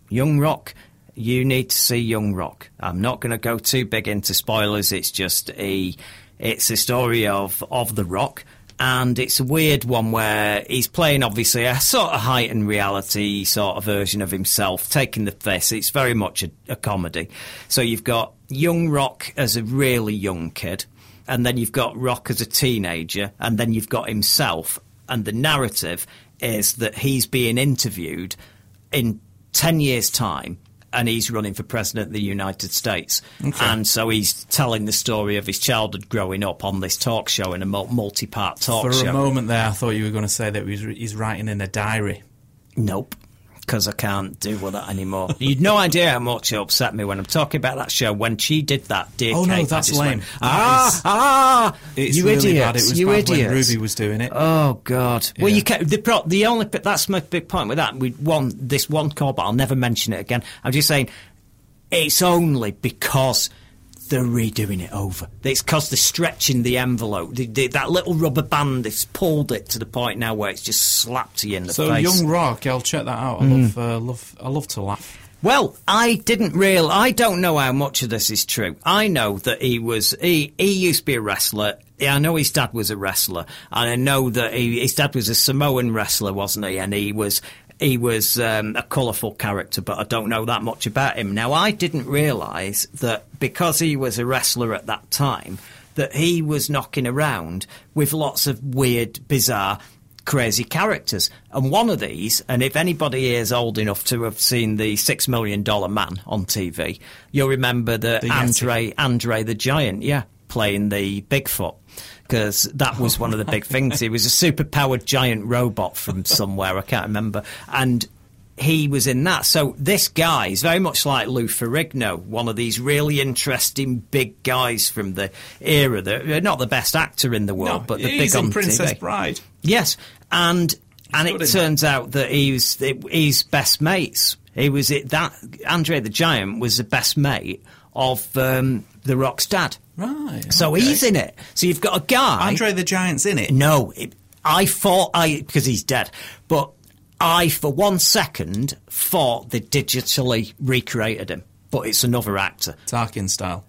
Speaker 4: Young Rock. You need to see Young Rock. I'm not going to go too big into spoilers. It's just a, it's a story of of the Rock, and it's a weird one where he's playing obviously a sort of heightened reality sort of version of himself, taking the piss. It's very much a, a comedy. So you've got Young Rock as a really young kid, and then you've got Rock as a teenager, and then you've got himself. And the narrative is that he's being interviewed in 10 years' time and he's running for president of the United States. And so he's telling the story of his childhood growing up on this talk show in a mul- multi part talk
Speaker 5: For
Speaker 4: show.
Speaker 5: a moment there, I thought you were going to say that he's, he's writing in a diary.
Speaker 4: Nope. Because I can't deal with that anymore. You'd no idea how much it upset me when I'm talking about that show. When she did that, dear
Speaker 5: Oh, no,
Speaker 4: Kate, I
Speaker 5: that's
Speaker 4: just went,
Speaker 5: lame. That
Speaker 4: ah,
Speaker 5: is-
Speaker 4: ah,
Speaker 5: It's
Speaker 4: you
Speaker 5: really
Speaker 4: idiots,
Speaker 5: bad. It was
Speaker 4: you
Speaker 5: bad
Speaker 4: idiots.
Speaker 5: when Ruby was doing it.
Speaker 4: Oh God! Well,
Speaker 5: Yeah.
Speaker 4: you can the pro, the only bit- that's my big point with that. We one this one call, but I'll never mention it again. I'm just saying it's only because they're redoing it over. It's because they're stretching the envelope. They- they- that little rubber band has pulled it to the point now where it's just slapped you in the
Speaker 5: so
Speaker 4: face. Mm.
Speaker 5: Young Rock, I'll check that out. I love, uh, love, I love to laugh.
Speaker 4: Well, I didn't real. I don't know how much of this is true. I know that he was he he used to be a wrestler. Yeah, I know his dad was a wrestler, and I know that he, his dad was a Samoan wrestler, wasn't he? And he was he was um, a colourful character, but I don't know that much about him. Now, I didn't realise that because he was a wrestler at that time, that he was knocking around with lots of weird, bizarre crazy characters. And one of these, and if anybody here is old enough to have seen the Six Million Dollar Man on TV, you'll remember that
Speaker 5: The Yeti.
Speaker 4: Andre, Andre the Giant, yeah, playing the Bigfoot. Because that was one of the big things. He was a super powered giant robot from somewhere, I can't remember. And he was in that. So this guy is very much like Lou Ferrigno, one of these really interesting big guys from the era. That, not the best actor in the world, but the
Speaker 5: he's
Speaker 4: big
Speaker 5: in
Speaker 4: on
Speaker 5: Princess
Speaker 4: TV.
Speaker 5: Bride.
Speaker 4: Yes, and and it
Speaker 5: good in
Speaker 4: turns out that he's he's best mates. He was it that Andre the Giant was the best mate of um, the Rock's dad.
Speaker 5: Right.
Speaker 4: So
Speaker 5: okay.
Speaker 4: he's in it. So you've got a guy.
Speaker 5: Andre the Giant's in it.
Speaker 4: No, it, I thought I because he's dead, but I for one second thought they digitally recreated him, but it's another actor.
Speaker 5: Tarkin style.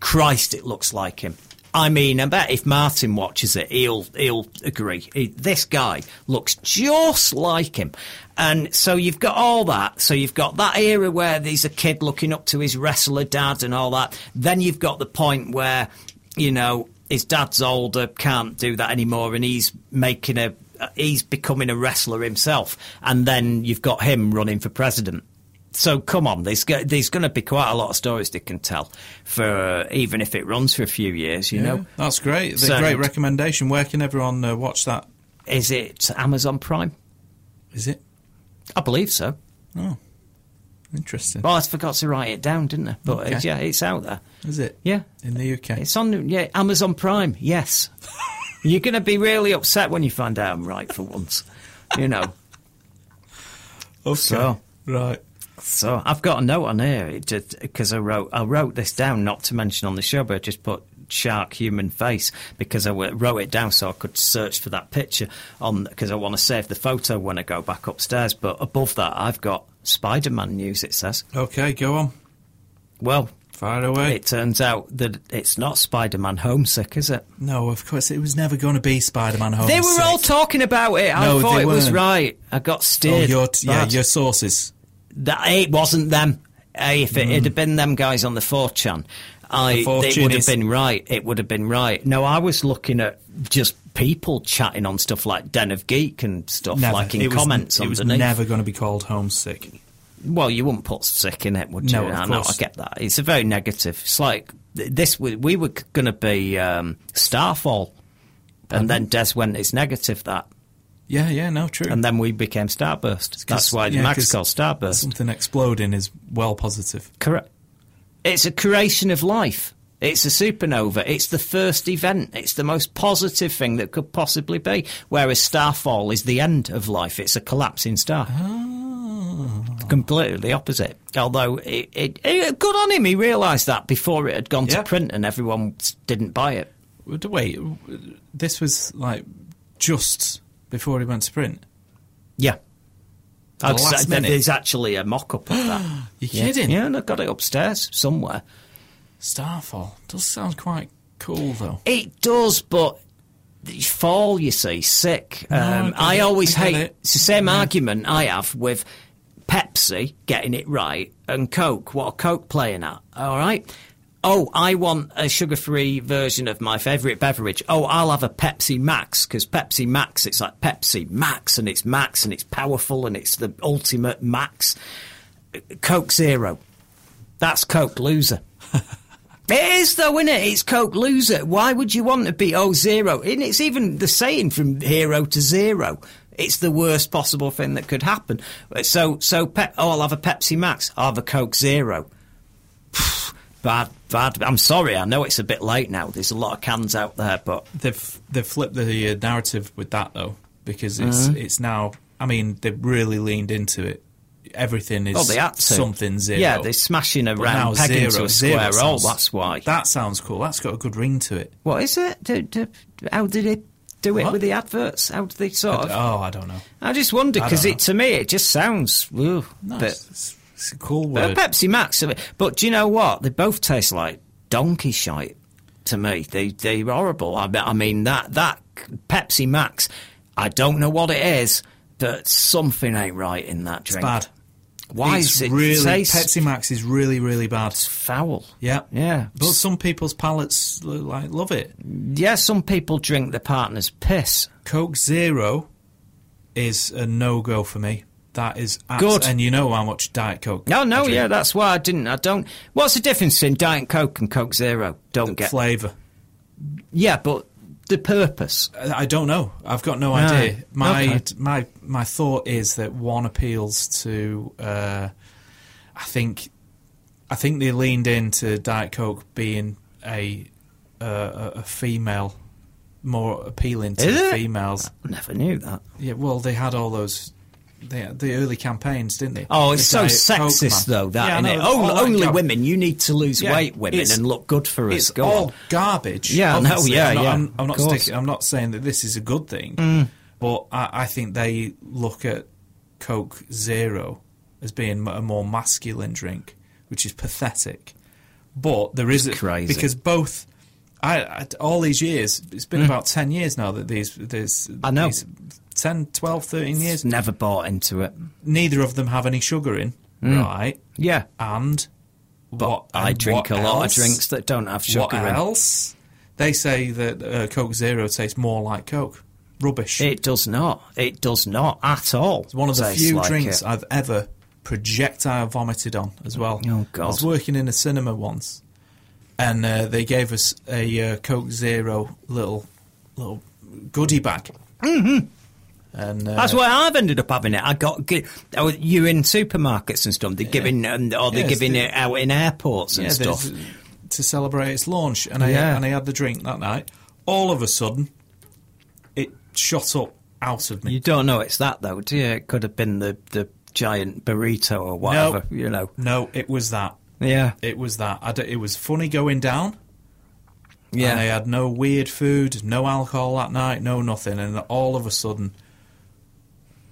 Speaker 4: Christ, it looks like him. I mean, I bet if Martin watches it, he'll he'll agree. He- this guy looks just like him, and so you've got all that. So you've got that era where there's a kid looking up to his wrestler dad and all that. Then you've got the point where, you know, his dad's older, can't do that anymore, and he's making a he's becoming a wrestler himself. And then you've got him running for president. So come on, there's go- there's going to be quite a lot of stories they can tell for uh, even if it runs for a few years. You know,
Speaker 5: That's great. It's
Speaker 4: So-
Speaker 5: a great recommendation. Where can everyone uh, watch that?
Speaker 4: is it Amazon Prime?
Speaker 5: Is it
Speaker 4: I believe so.
Speaker 5: interesting?
Speaker 4: Well, I forgot to write it down, didn't I? But uh,
Speaker 5: Okay.
Speaker 4: yeah, it's out there.
Speaker 5: Is it?
Speaker 4: Yeah,
Speaker 5: In the UK.
Speaker 4: it's on yeah Amazon Prime. Yes, you're going to be really upset when you find out I'm right for once. You know,
Speaker 5: okay.
Speaker 4: so.
Speaker 5: Right.
Speaker 4: so I've got a note on here because I wrote I wrote this down, not to mention on the show, but I just put shark human face because I w- wrote it down so I could search for that picture on because I want to save the photo when I go back upstairs. But above that, I've got Spider Man news. It says,
Speaker 5: Okay, go on.
Speaker 4: well.
Speaker 5: Fire away.
Speaker 4: It turns out that it's not Spider Man homesick, is it?
Speaker 5: no, of course it was never going to be Spider-Man Home.
Speaker 4: They were all talking about it. I
Speaker 5: No,
Speaker 4: thought
Speaker 5: they
Speaker 4: it was
Speaker 5: weren't.
Speaker 4: right. I got
Speaker 5: Oh,
Speaker 4: steered.
Speaker 5: your t- yeah,
Speaker 4: bad.
Speaker 5: your sources.
Speaker 4: that it wasn't them. Hey, if it had have been them guys on the 4chan, I,
Speaker 5: The 4chan
Speaker 4: it would have
Speaker 5: is-
Speaker 4: been right. It would have been right. No, I was looking at just people chatting on stuff like Den of Geek and stuff,
Speaker 5: Never.
Speaker 4: like in
Speaker 5: it was,
Speaker 4: comments
Speaker 5: It was
Speaker 4: underneath.
Speaker 5: never going to be called homesick.
Speaker 4: Well, you wouldn't put sick in it, would you?
Speaker 5: No, of
Speaker 4: I, know,
Speaker 5: course.
Speaker 4: I get that. It's a very negative. It's like th- this w- we were going to be um, Starfall, and then Des went it's negative that,
Speaker 5: Yeah, yeah, no, true.
Speaker 4: and then we became Starburst.
Speaker 5: 'Cause-
Speaker 4: That's why
Speaker 5: yeah,
Speaker 4: the Max
Speaker 5: 'cause
Speaker 4: called Starburst.
Speaker 5: Something exploding is well positive.
Speaker 4: Correct. It's a creation of life. It's a supernova. It's the first event. It's the most positive thing that could possibly be. Whereas Starfall is the end of life. It's a collapsing star.
Speaker 5: Ah.
Speaker 4: Completely opposite. Although it, it, it good on him, he realised that before it had gone
Speaker 5: Yeah.
Speaker 4: to print and everyone s- didn't buy it.
Speaker 5: Wait, Wait, this was like just before he went to print.
Speaker 4: Yeah. I'd
Speaker 5: last
Speaker 4: say that
Speaker 5: minute.
Speaker 4: There's actually a mock up of that.
Speaker 5: You
Speaker 4: Yeah.
Speaker 5: kidding?
Speaker 4: Yeah, and I've got it upstairs somewhere.
Speaker 5: Starfall does sound quite cool though.
Speaker 4: It does, but you fall, you see, sick. um,
Speaker 5: I get
Speaker 4: I,
Speaker 5: it,
Speaker 4: always
Speaker 5: I get
Speaker 4: hate.
Speaker 5: it.
Speaker 4: It's the same argument I have with Pepsi getting it right and Coke. What are Coke playing at? All right. Oh, I want a sugar-free version of my favourite beverage. Oh, I'll have a Pepsi Max because Pepsi Max, it's like Pepsi Max, and it's Max, and it's powerful, and it's the ultimate Max. Coke Zero. That's Coke loser. it is though, isn't it? It's Coke loser. Why would you want to be oh zero? And it's even the saying from hero to zero. It's the worst possible thing that could happen. So so Pep oh I'll have a Pepsi Max. I'll have a Coke Zero. bad bad. I'm sorry. I know it's a bit late now. There's a lot of cans out there, but
Speaker 5: They've they've flipped the uh, narrative with that though because it's
Speaker 4: Uh-huh.
Speaker 5: it's now. I mean, they've really leaned into it. Everything is
Speaker 4: oh they had to.
Speaker 5: something zero.
Speaker 4: Yeah, they're smashing a
Speaker 5: But now
Speaker 4: round peg
Speaker 5: zero,
Speaker 4: into a
Speaker 5: zero
Speaker 4: square hole.
Speaker 5: sounds-
Speaker 4: That's why.
Speaker 5: That sounds cool. That's got a good ring to it.
Speaker 4: What is it? Do, do, how did it do it
Speaker 5: What?
Speaker 4: with the adverts? How did they sort of?
Speaker 5: Oh, I don't know.
Speaker 4: I just wonder
Speaker 5: I
Speaker 4: because
Speaker 5: don't
Speaker 4: it to me it just sounds. Ugh,
Speaker 5: No,
Speaker 4: bit-
Speaker 5: it's, it's, it's a cool
Speaker 4: but
Speaker 5: word.
Speaker 4: Pepsi Max. I mean, But do you know what? They both taste like donkey shite to me. They they're horrible. I, be- I mean that that Pepsi Max. I don't know what it is, but something ain't right in that
Speaker 5: it's
Speaker 4: drink.
Speaker 5: bad.
Speaker 4: Why
Speaker 5: It's
Speaker 4: is it
Speaker 5: really
Speaker 4: taste
Speaker 5: Pepsi Max is really really bad.
Speaker 4: foul?
Speaker 5: Yeah,
Speaker 4: yeah.
Speaker 5: But some people's palates l- like love it.
Speaker 4: Yeah, some people drink their partner's piss.
Speaker 5: Coke Zero is a no go for me. That is abs-
Speaker 4: Good.
Speaker 5: and you know how much Diet Coke.
Speaker 4: Oh, No,
Speaker 5: I
Speaker 4: no,
Speaker 5: drink.
Speaker 4: yeah, that's why I didn't. I don't. What's the difference in Diet Coke and Coke Zero? Don't get.
Speaker 5: flavor.
Speaker 4: yeah, but the purpose.
Speaker 5: I I don't know. I've got no idea. My
Speaker 4: Okay.
Speaker 5: my my thought is that one appeals to. Uh, I think, I think they leaned into Diet Coke being a uh, a- a female, more appealing to
Speaker 4: Is it?
Speaker 5: females.
Speaker 4: Never knew that.
Speaker 5: Yeah, well, they had all those. They, the early campaigns, didn't they?
Speaker 4: Oh, it's
Speaker 5: The
Speaker 4: so
Speaker 5: Diet Coke
Speaker 4: sexist,
Speaker 5: man.
Speaker 4: though, that,
Speaker 5: Yeah, I
Speaker 4: innit?
Speaker 5: know.
Speaker 4: Oh,
Speaker 5: All that
Speaker 4: only
Speaker 5: go-
Speaker 4: women. You need to lose
Speaker 5: Yeah,
Speaker 4: weight, women,
Speaker 5: it's-
Speaker 4: and look good for us.
Speaker 5: It's
Speaker 4: Go
Speaker 5: all
Speaker 4: on.
Speaker 5: garbage.
Speaker 4: Yeah, no,
Speaker 5: obviously.
Speaker 4: yeah,
Speaker 5: I'm not,
Speaker 4: yeah,
Speaker 5: I'm, I'm not
Speaker 4: of course. Mm.
Speaker 5: sticking, I'm not saying that this is a good thing, but I, I think they look at Coke Zero as being a more masculine drink, which is pathetic. But there is a,
Speaker 4: crazy.
Speaker 5: because both. I, I- all these years, it's been about 10 years now that these, there's
Speaker 4: Mm. I know.
Speaker 5: these 10, 12, 13 years.
Speaker 4: It's never bought into it.
Speaker 5: Neither of them have any sugar in, right?
Speaker 4: Hmm. Yeah.
Speaker 5: And what
Speaker 4: I
Speaker 5: and
Speaker 4: drink
Speaker 5: what
Speaker 4: a lot
Speaker 5: else?
Speaker 4: of drinks that don't have sugar
Speaker 5: What else? They say that uh, Coke Zero tastes more like Coke. Rubbish.
Speaker 4: in it. It does not. It does not at all.
Speaker 5: it's one of the
Speaker 4: taste
Speaker 5: few
Speaker 4: like
Speaker 5: drinks
Speaker 4: it.
Speaker 5: I've ever projectile vomited on as well.
Speaker 4: Oh, God.
Speaker 5: I was working in a cinema once, and uh, they gave us a uh, Coke Zero little little goodie bag. Mm-hmm. And uh,
Speaker 4: That's why I've ended up having it. I got gi- oh, you in supermarkets and stuff. They're giving um, or they're
Speaker 5: Yes,
Speaker 4: giving
Speaker 5: they-
Speaker 4: it out in airports and
Speaker 5: yeah,
Speaker 4: stuff.
Speaker 5: there's- to celebrate its launch, and I
Speaker 4: Yeah.
Speaker 5: and I had the drink that night. All of a sudden, it shot up out of me.
Speaker 4: You don't know it's that though, do you? It could have been the the giant burrito or whatever. You know.
Speaker 5: No, it was that.
Speaker 4: Yeah.
Speaker 5: It was that. I d- it was funny going down.
Speaker 4: Yeah.
Speaker 5: And I had no weird food, no alcohol that night, no nothing. And all of a sudden,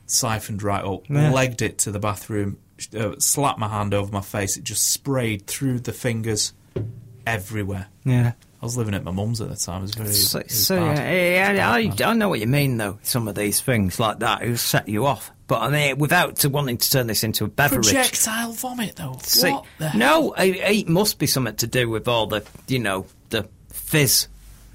Speaker 5: siphoned right up,
Speaker 4: Yeah.
Speaker 5: legged it to the bathroom, sh- uh, slapped my hand over my face. It just sprayed through the fingers everywhere.
Speaker 4: Yeah.
Speaker 5: I was living at my mum's at the time. It was very.
Speaker 4: So,
Speaker 5: it was
Speaker 4: so
Speaker 5: bad.
Speaker 4: yeah, yeah, I, I know what you mean, though. Some of these things like that who set you off. But I mean, without to wanting to turn this into a beverage.
Speaker 5: Projectile vomit, though.
Speaker 4: See,
Speaker 5: what the
Speaker 4: no, it, it must be something to do with all the, you know, the fizz.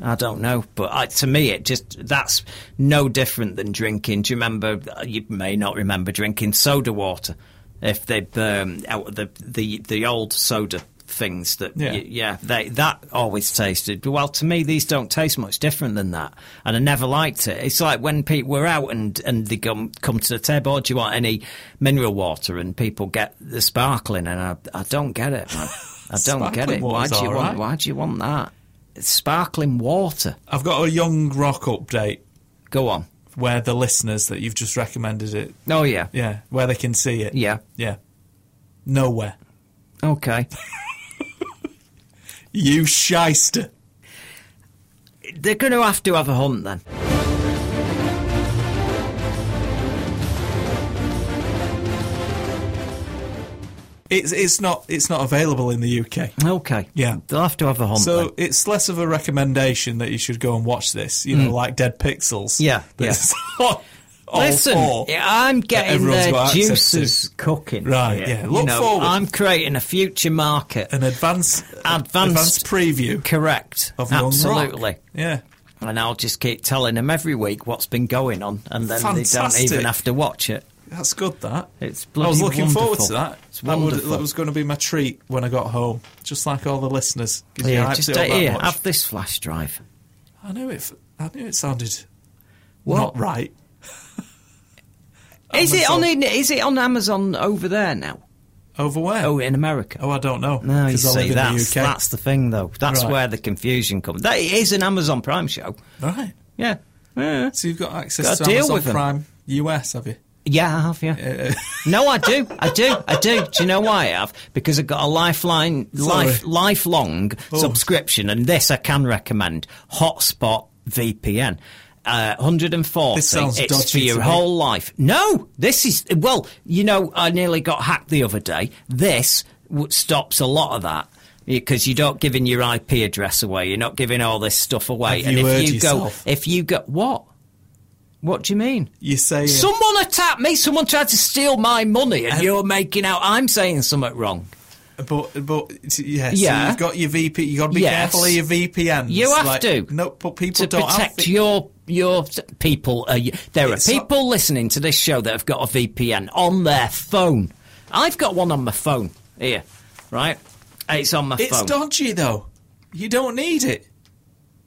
Speaker 4: I don't know, but I, to me, it just that's no different than drinking. Do you remember? You may not remember drinking soda water if they um, out of the the the old soda things that
Speaker 5: Yeah.
Speaker 4: yeah, yeah they, that always tasted well to me these don't taste much different than that and I never liked it it's like when people were out and, and they come, come to the table "Oh, do you want any mineral water and people get the sparkling and I, I don't get it man. I don't get
Speaker 5: Sparkling
Speaker 4: it why
Speaker 5: water's
Speaker 4: do you
Speaker 5: all
Speaker 4: want
Speaker 5: right.
Speaker 4: why do you want that it's sparkling water
Speaker 5: I've got a Young Rock update
Speaker 4: go on
Speaker 5: where the listeners that you've just recommended it,
Speaker 4: oh yeah
Speaker 5: yeah, where they can see it.
Speaker 4: Yeah.
Speaker 5: Yeah. Nowhere.
Speaker 4: okay
Speaker 5: You shyster.
Speaker 4: they're going to have to have a hunt then
Speaker 5: It's it's not it's not available in the UK.
Speaker 4: okay
Speaker 5: Yeah.
Speaker 4: they'll have to have a hunt then.
Speaker 5: So it's less of a recommendation that you should go and watch this, you know, like Dead Pixels.
Speaker 4: Hmm. Yeah,
Speaker 5: That's on all
Speaker 4: Listen,
Speaker 5: four.
Speaker 4: I'm
Speaker 5: that
Speaker 4: getting
Speaker 5: everyone's
Speaker 4: the
Speaker 5: got access to.
Speaker 4: juices cooking.
Speaker 5: Right,
Speaker 4: here.
Speaker 5: yeah.
Speaker 4: You
Speaker 5: Look
Speaker 4: know,
Speaker 5: forward.
Speaker 4: I'm creating a future market.
Speaker 5: An advanced,
Speaker 4: Advanced-
Speaker 5: advanced preview
Speaker 4: Correct.
Speaker 5: of Young Rock.
Speaker 4: Absolutely.
Speaker 5: Yeah.
Speaker 4: And I'll just keep telling them every week what's been going on, and then they don't
Speaker 5: Fantastic.
Speaker 4: even have to watch it.
Speaker 5: That's good. That
Speaker 4: It's
Speaker 5: I was
Speaker 4: bloody
Speaker 5: looking forward
Speaker 4: wonderful.
Speaker 5: to that.
Speaker 4: It's
Speaker 5: that, would-
Speaker 4: wonderful.
Speaker 5: that was going to be my treat when I got home, just like all the listeners. 'cause you
Speaker 4: Yeah,
Speaker 5: hyped
Speaker 4: just
Speaker 5: it up that
Speaker 4: here,
Speaker 5: much.
Speaker 4: have this flash drive.
Speaker 5: I knew it. f- I knew it sounded
Speaker 4: What?
Speaker 5: not right.
Speaker 4: Is it
Speaker 5: Amazon.
Speaker 4: on? In, is it on Amazon over there now?
Speaker 5: Over where?
Speaker 4: Oh, in America.
Speaker 5: Oh, I don't know.
Speaker 4: No, you
Speaker 5: 'cause I live
Speaker 4: see,
Speaker 5: in
Speaker 4: that's,
Speaker 5: the UK.
Speaker 4: that's the thing, though. That's
Speaker 5: Right.
Speaker 4: where the confusion comes. That it is an Amazon Prime show.
Speaker 5: right.
Speaker 4: Yeah. Yeah,
Speaker 5: So you've got access
Speaker 4: Gotta
Speaker 5: to
Speaker 4: deal
Speaker 5: Amazon
Speaker 4: with 'em.
Speaker 5: Prime US, have you?
Speaker 4: yeah I have, yeah. No, I do. I do. I do. Do you know why I have? Because I've got a lifeline,
Speaker 5: Sorry. Oh.
Speaker 4: life, lifelong subscription, and this I can recommend Hotspot VPN. Uh, 140.
Speaker 5: This sounds
Speaker 4: it's
Speaker 5: dodgy
Speaker 4: for your
Speaker 5: to me.
Speaker 4: whole life. No, this is well. You know, I nearly got hacked the other day. This w- stops a lot of that because you're not giving your IP address away. You're not giving all this stuff away.
Speaker 5: Have you
Speaker 4: if
Speaker 5: heard
Speaker 4: you
Speaker 5: yourself?
Speaker 4: go, if you go, what? What do you mean?
Speaker 5: You say
Speaker 4: Someone attacked me. Someone tried to steal my money, and you're making out I'm saying something wrong.
Speaker 5: But but yeah, So
Speaker 4: Yeah.
Speaker 5: you've got your VP. You got to be
Speaker 4: Yes.
Speaker 5: careful of your VPNs.
Speaker 4: You have
Speaker 5: Like,
Speaker 4: to.
Speaker 5: No, but people
Speaker 4: To
Speaker 5: don't have
Speaker 4: protect
Speaker 5: the-
Speaker 4: your your s- people, uh, y- there are
Speaker 5: It's not-
Speaker 4: people listening to this show that have got a VPN on their phone. I've got one on my phone here, right? It's on my
Speaker 5: It's
Speaker 4: phone.
Speaker 5: dodgy though. You don't need it.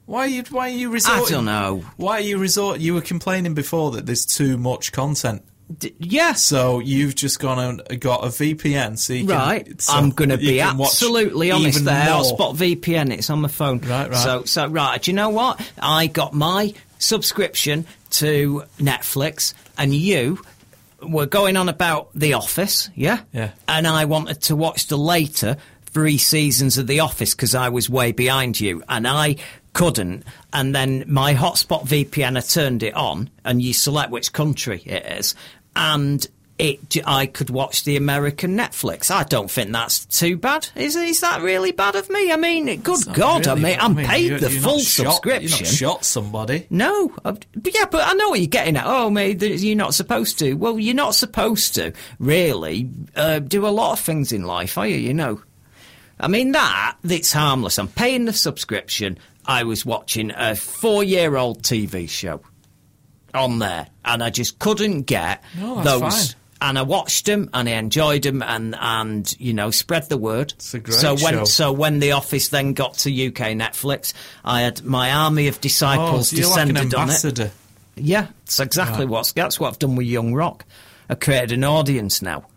Speaker 5: Why are you? Why are you resorting?
Speaker 4: don't know.
Speaker 5: Why are you resort? You were complaining before that there's too much content.
Speaker 4: D- yes,
Speaker 5: So you've just gone and got a VPN. So you can,
Speaker 4: right.
Speaker 5: so
Speaker 4: I'm going to
Speaker 5: you
Speaker 4: be
Speaker 5: can watch
Speaker 4: absolutely honest
Speaker 5: even
Speaker 4: there.
Speaker 5: more. Oh,
Speaker 4: Hotspot VPN. It's on my phone.
Speaker 5: Right, right.
Speaker 4: So so right. Do you know what? I got my subscription to Netflix, and you were going on about The Office, yeah,
Speaker 5: Yeah.
Speaker 4: and I wanted to watch the later three seasons of The Office because I was way behind you, and I couldn't. And then my hotspot VPN, I turned it on, and you select which country it is, and. It, j- I could watch the American Netflix. I don't think that's too bad. Is is that really bad of me? I mean, good
Speaker 5: Not
Speaker 4: God!
Speaker 5: really,
Speaker 4: I mean,
Speaker 5: but-
Speaker 4: I'm paid
Speaker 5: you're-
Speaker 4: the
Speaker 5: you're not
Speaker 4: full
Speaker 5: shot-
Speaker 4: subscription.
Speaker 5: You're not shot somebody.
Speaker 4: No, I- but yeah, but I know what you're getting at. Oh, mate, th- you're not supposed to. Well, you're not supposed to really uh, do a lot of things in life, are you? You know, I mean that it's harmless. I'm paying the subscription. I was watching a four-year-old TV show on there, and I just couldn't get
Speaker 5: No, that's
Speaker 4: those.
Speaker 5: fine.
Speaker 4: And I watched them, and I enjoyed them, and and you know, spread the word.
Speaker 5: It's a great
Speaker 4: so when
Speaker 5: show.
Speaker 4: so when the office then got to UK Netflix, I had my army of disciples
Speaker 5: Oh,
Speaker 4: apples
Speaker 5: so you're like an
Speaker 4: descended on it.
Speaker 5: ambassador.
Speaker 4: Yeah, it's exactly
Speaker 5: Right.
Speaker 4: what's that's what I've done with Young Rock. I created an audience now.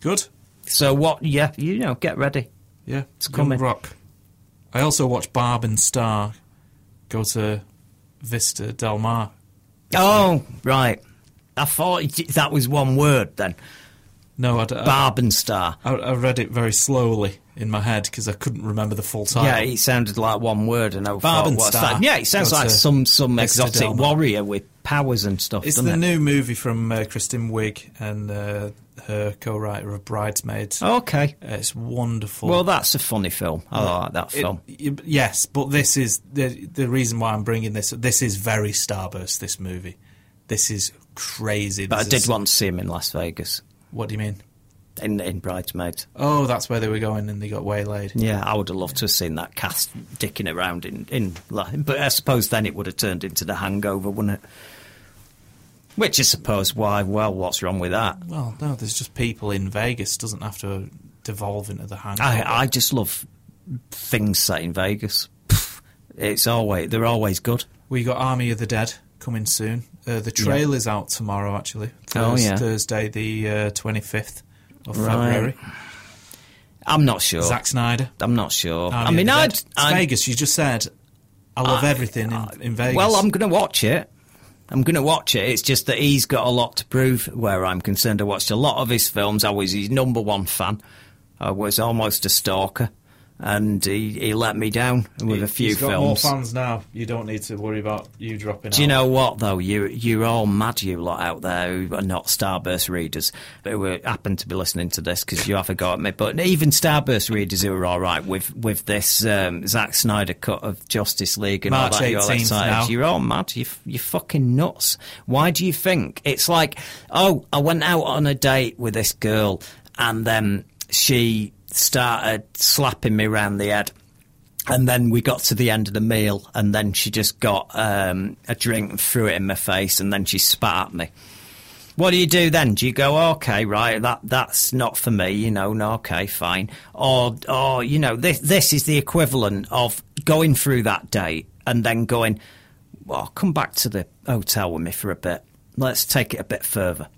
Speaker 5: Good.
Speaker 4: So what? Yeah, you know, get ready.
Speaker 5: Yeah, it's
Speaker 4: coming.
Speaker 5: Rock. I also watched Barb and Star go to Vista Del Mar.
Speaker 4: Oh, right. I thought it- that was one word then.
Speaker 5: No, I'd- I,
Speaker 4: Barb and Star.
Speaker 5: I, I read it very slowly in my head because I couldn't remember the full title.
Speaker 4: Yeah, it sounded like one word, and I thought,
Speaker 5: and
Speaker 4: what's
Speaker 5: Star.
Speaker 4: that? Yeah, it sounds
Speaker 5: Go
Speaker 4: like
Speaker 5: to
Speaker 4: some some
Speaker 5: Mr.
Speaker 4: exotic
Speaker 5: Delmar.
Speaker 4: warrior with powers and stuff.
Speaker 5: it's
Speaker 4: doesn't
Speaker 5: the
Speaker 4: it?
Speaker 5: new movie from uh, Kristen Wiig and uh, her co-writer of Bridesmaids.
Speaker 4: Okay.
Speaker 5: Uh, it's wonderful.
Speaker 4: Oh. Well, that's a funny film. I like that
Speaker 5: It-
Speaker 4: film.
Speaker 5: y- yes, but this is the the reason why I'm bringing this. This is very Starburst. This movie, this is crazy.
Speaker 4: but I
Speaker 5: This
Speaker 4: did
Speaker 5: is-
Speaker 4: want to see him in Las Vegas
Speaker 5: What do you mean?
Speaker 4: in in Bridesmaids.
Speaker 5: Oh, that's where they were going, and they got waylaid.
Speaker 4: Yeah, I would have loved to have seen that cast dicking around in, in Latin, but I suppose then it would have turned into the hangover, wouldn't it? Which I suppose why, well, what's wrong with that?
Speaker 5: Well, no, there's just people in Vegas. Doesn't have to devolve into the hangover.
Speaker 4: I, I just love things set in Vegas. Pff, It's always they're always good.
Speaker 5: We got Army of the Dead coming soon. Uh, the trailer's out tomorrow, actually.
Speaker 4: Oh,
Speaker 5: Thurs-
Speaker 4: yeah.
Speaker 5: Thursday, the twenty fifth of
Speaker 4: Right.
Speaker 5: February.
Speaker 4: I'm not sure.
Speaker 5: Zack Snyder.
Speaker 4: I'm not sure.
Speaker 5: Army
Speaker 4: I
Speaker 5: of
Speaker 4: mean,
Speaker 5: the Ah, Dead.
Speaker 4: I'd,
Speaker 5: It's
Speaker 4: I'd-
Speaker 5: Vegas. You just said I love everything in, in Vegas.
Speaker 4: Well, I'm going to watch it. I'm going to watch it. It's just that he's got a lot to prove where I'm concerned. I watched a lot of his films. I was his number one fan. I was almost a stalker. And he, he let me down with a few
Speaker 5: He's got
Speaker 4: films.
Speaker 5: more fans now. You don't need to worry about you dropping.
Speaker 4: Do you
Speaker 5: out.
Speaker 4: know what though? You you're all mad, you lot out there who are not Starburst readers who are- happen to be listening to this because you have a go at me. But even Starburst readers who are all right with with this um, Zack Snyder cut of Justice League and
Speaker 5: March
Speaker 4: all that, you're all
Speaker 5: 18th
Speaker 4: excited.
Speaker 5: now.
Speaker 4: You're all mad. You you're fucking nuts. Why do you think it's like? Oh, I went out on a date with this girl and then she started slapping me round the head. And then we got to the end of the meal, and then she just got um, a drink and threw it in my face, and then she spat at me. What do you do then? Do you go, okay, right, that that's not for me, you know, no, okay, fine, or or you know, this this is the equivalent of going through that date and then going, well, come back to the hotel with me for a bit. Let's take it a bit further.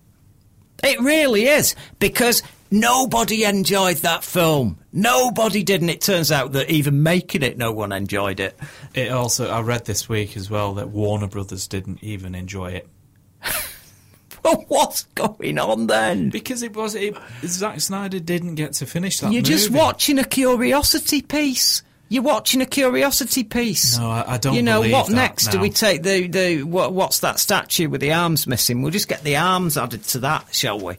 Speaker 4: It really is because nobody enjoyed that film. Nobody did, and it turns out that even making it, no one enjoyed it.
Speaker 5: It also, I read this week as well that Warner Brothers didn't even enjoy it
Speaker 4: But what's going on then?
Speaker 5: because it was it, Zack Snyder didn't get to finish that.
Speaker 4: You're just
Speaker 5: movie.
Speaker 4: watching a curiosity piece. You're watching a curiosity piece.
Speaker 5: No, I- I don't
Speaker 4: You know
Speaker 5: believe
Speaker 4: what
Speaker 5: that
Speaker 4: next? Do
Speaker 5: now.
Speaker 4: we take the the what, what's that statue with the arms missing? We'll just get the arms added to that, shall we?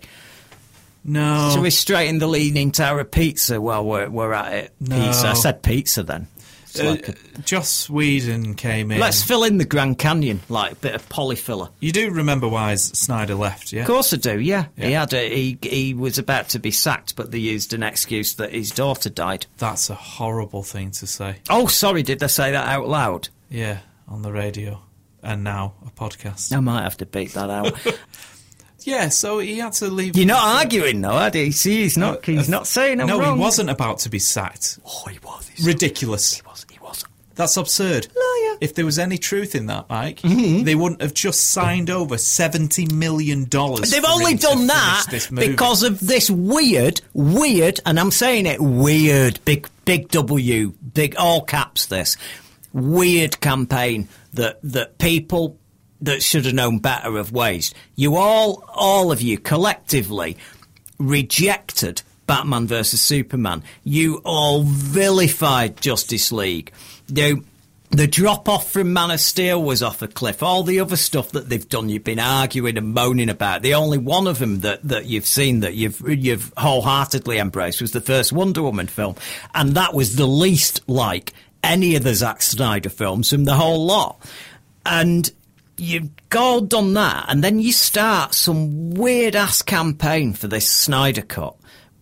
Speaker 5: No,
Speaker 4: Shall we straighten the leaning tower of pizza while we're we're at it?
Speaker 5: No.
Speaker 4: Pizza. I said pizza then. It's
Speaker 5: uh,
Speaker 4: like a-
Speaker 5: Joss Whedon came in.
Speaker 4: let's fill in the Grand Canyon like a bit of polyfiller.
Speaker 5: you do remember why S- Snyder left, yeah?
Speaker 4: Of course I do. Yeah, he
Speaker 5: Yeah.
Speaker 4: had a, he he was about to be sacked, but they used an excuse that his daughter died.
Speaker 5: That's a horrible thing to say.
Speaker 4: Oh, sorry, did they say that out loud?
Speaker 5: Yeah, on the radio and now a podcast.
Speaker 4: I might have to beat that out.
Speaker 5: Yeah, so he had to leave. Uh,
Speaker 4: You're not arguing, though, are you? See, he's not. He's not saying I'm
Speaker 5: no,
Speaker 4: wrong.
Speaker 5: he wasn't about to be sacked.
Speaker 4: Oh, he was. He
Speaker 5: Ridiculous.
Speaker 4: was. He was.
Speaker 5: That's absurd.
Speaker 4: Liar. Mm-hmm.
Speaker 5: If there was any truth in that, Mike, they wouldn't have just signed over seventy million dollars.
Speaker 4: They've only done that because of this weird, weird, and I'm saying it weird, big, big W, big all caps. This weird campaign that that people that should have known better have waged. You all, all of you, collectively rejected Batman versus Superman. You all vilified Justice League. You. The drop off from Man of Steel was off a cliff. All the other stuff that they've done, you've been arguing and moaning about. The only one of them that, that you've seen that you've you've wholeheartedly embraced was the first Wonder Woman film, and that was the least like any of the Zack Snyder films from the whole lot. And you've all done that, and then you start some weird ass campaign for this Snyder cut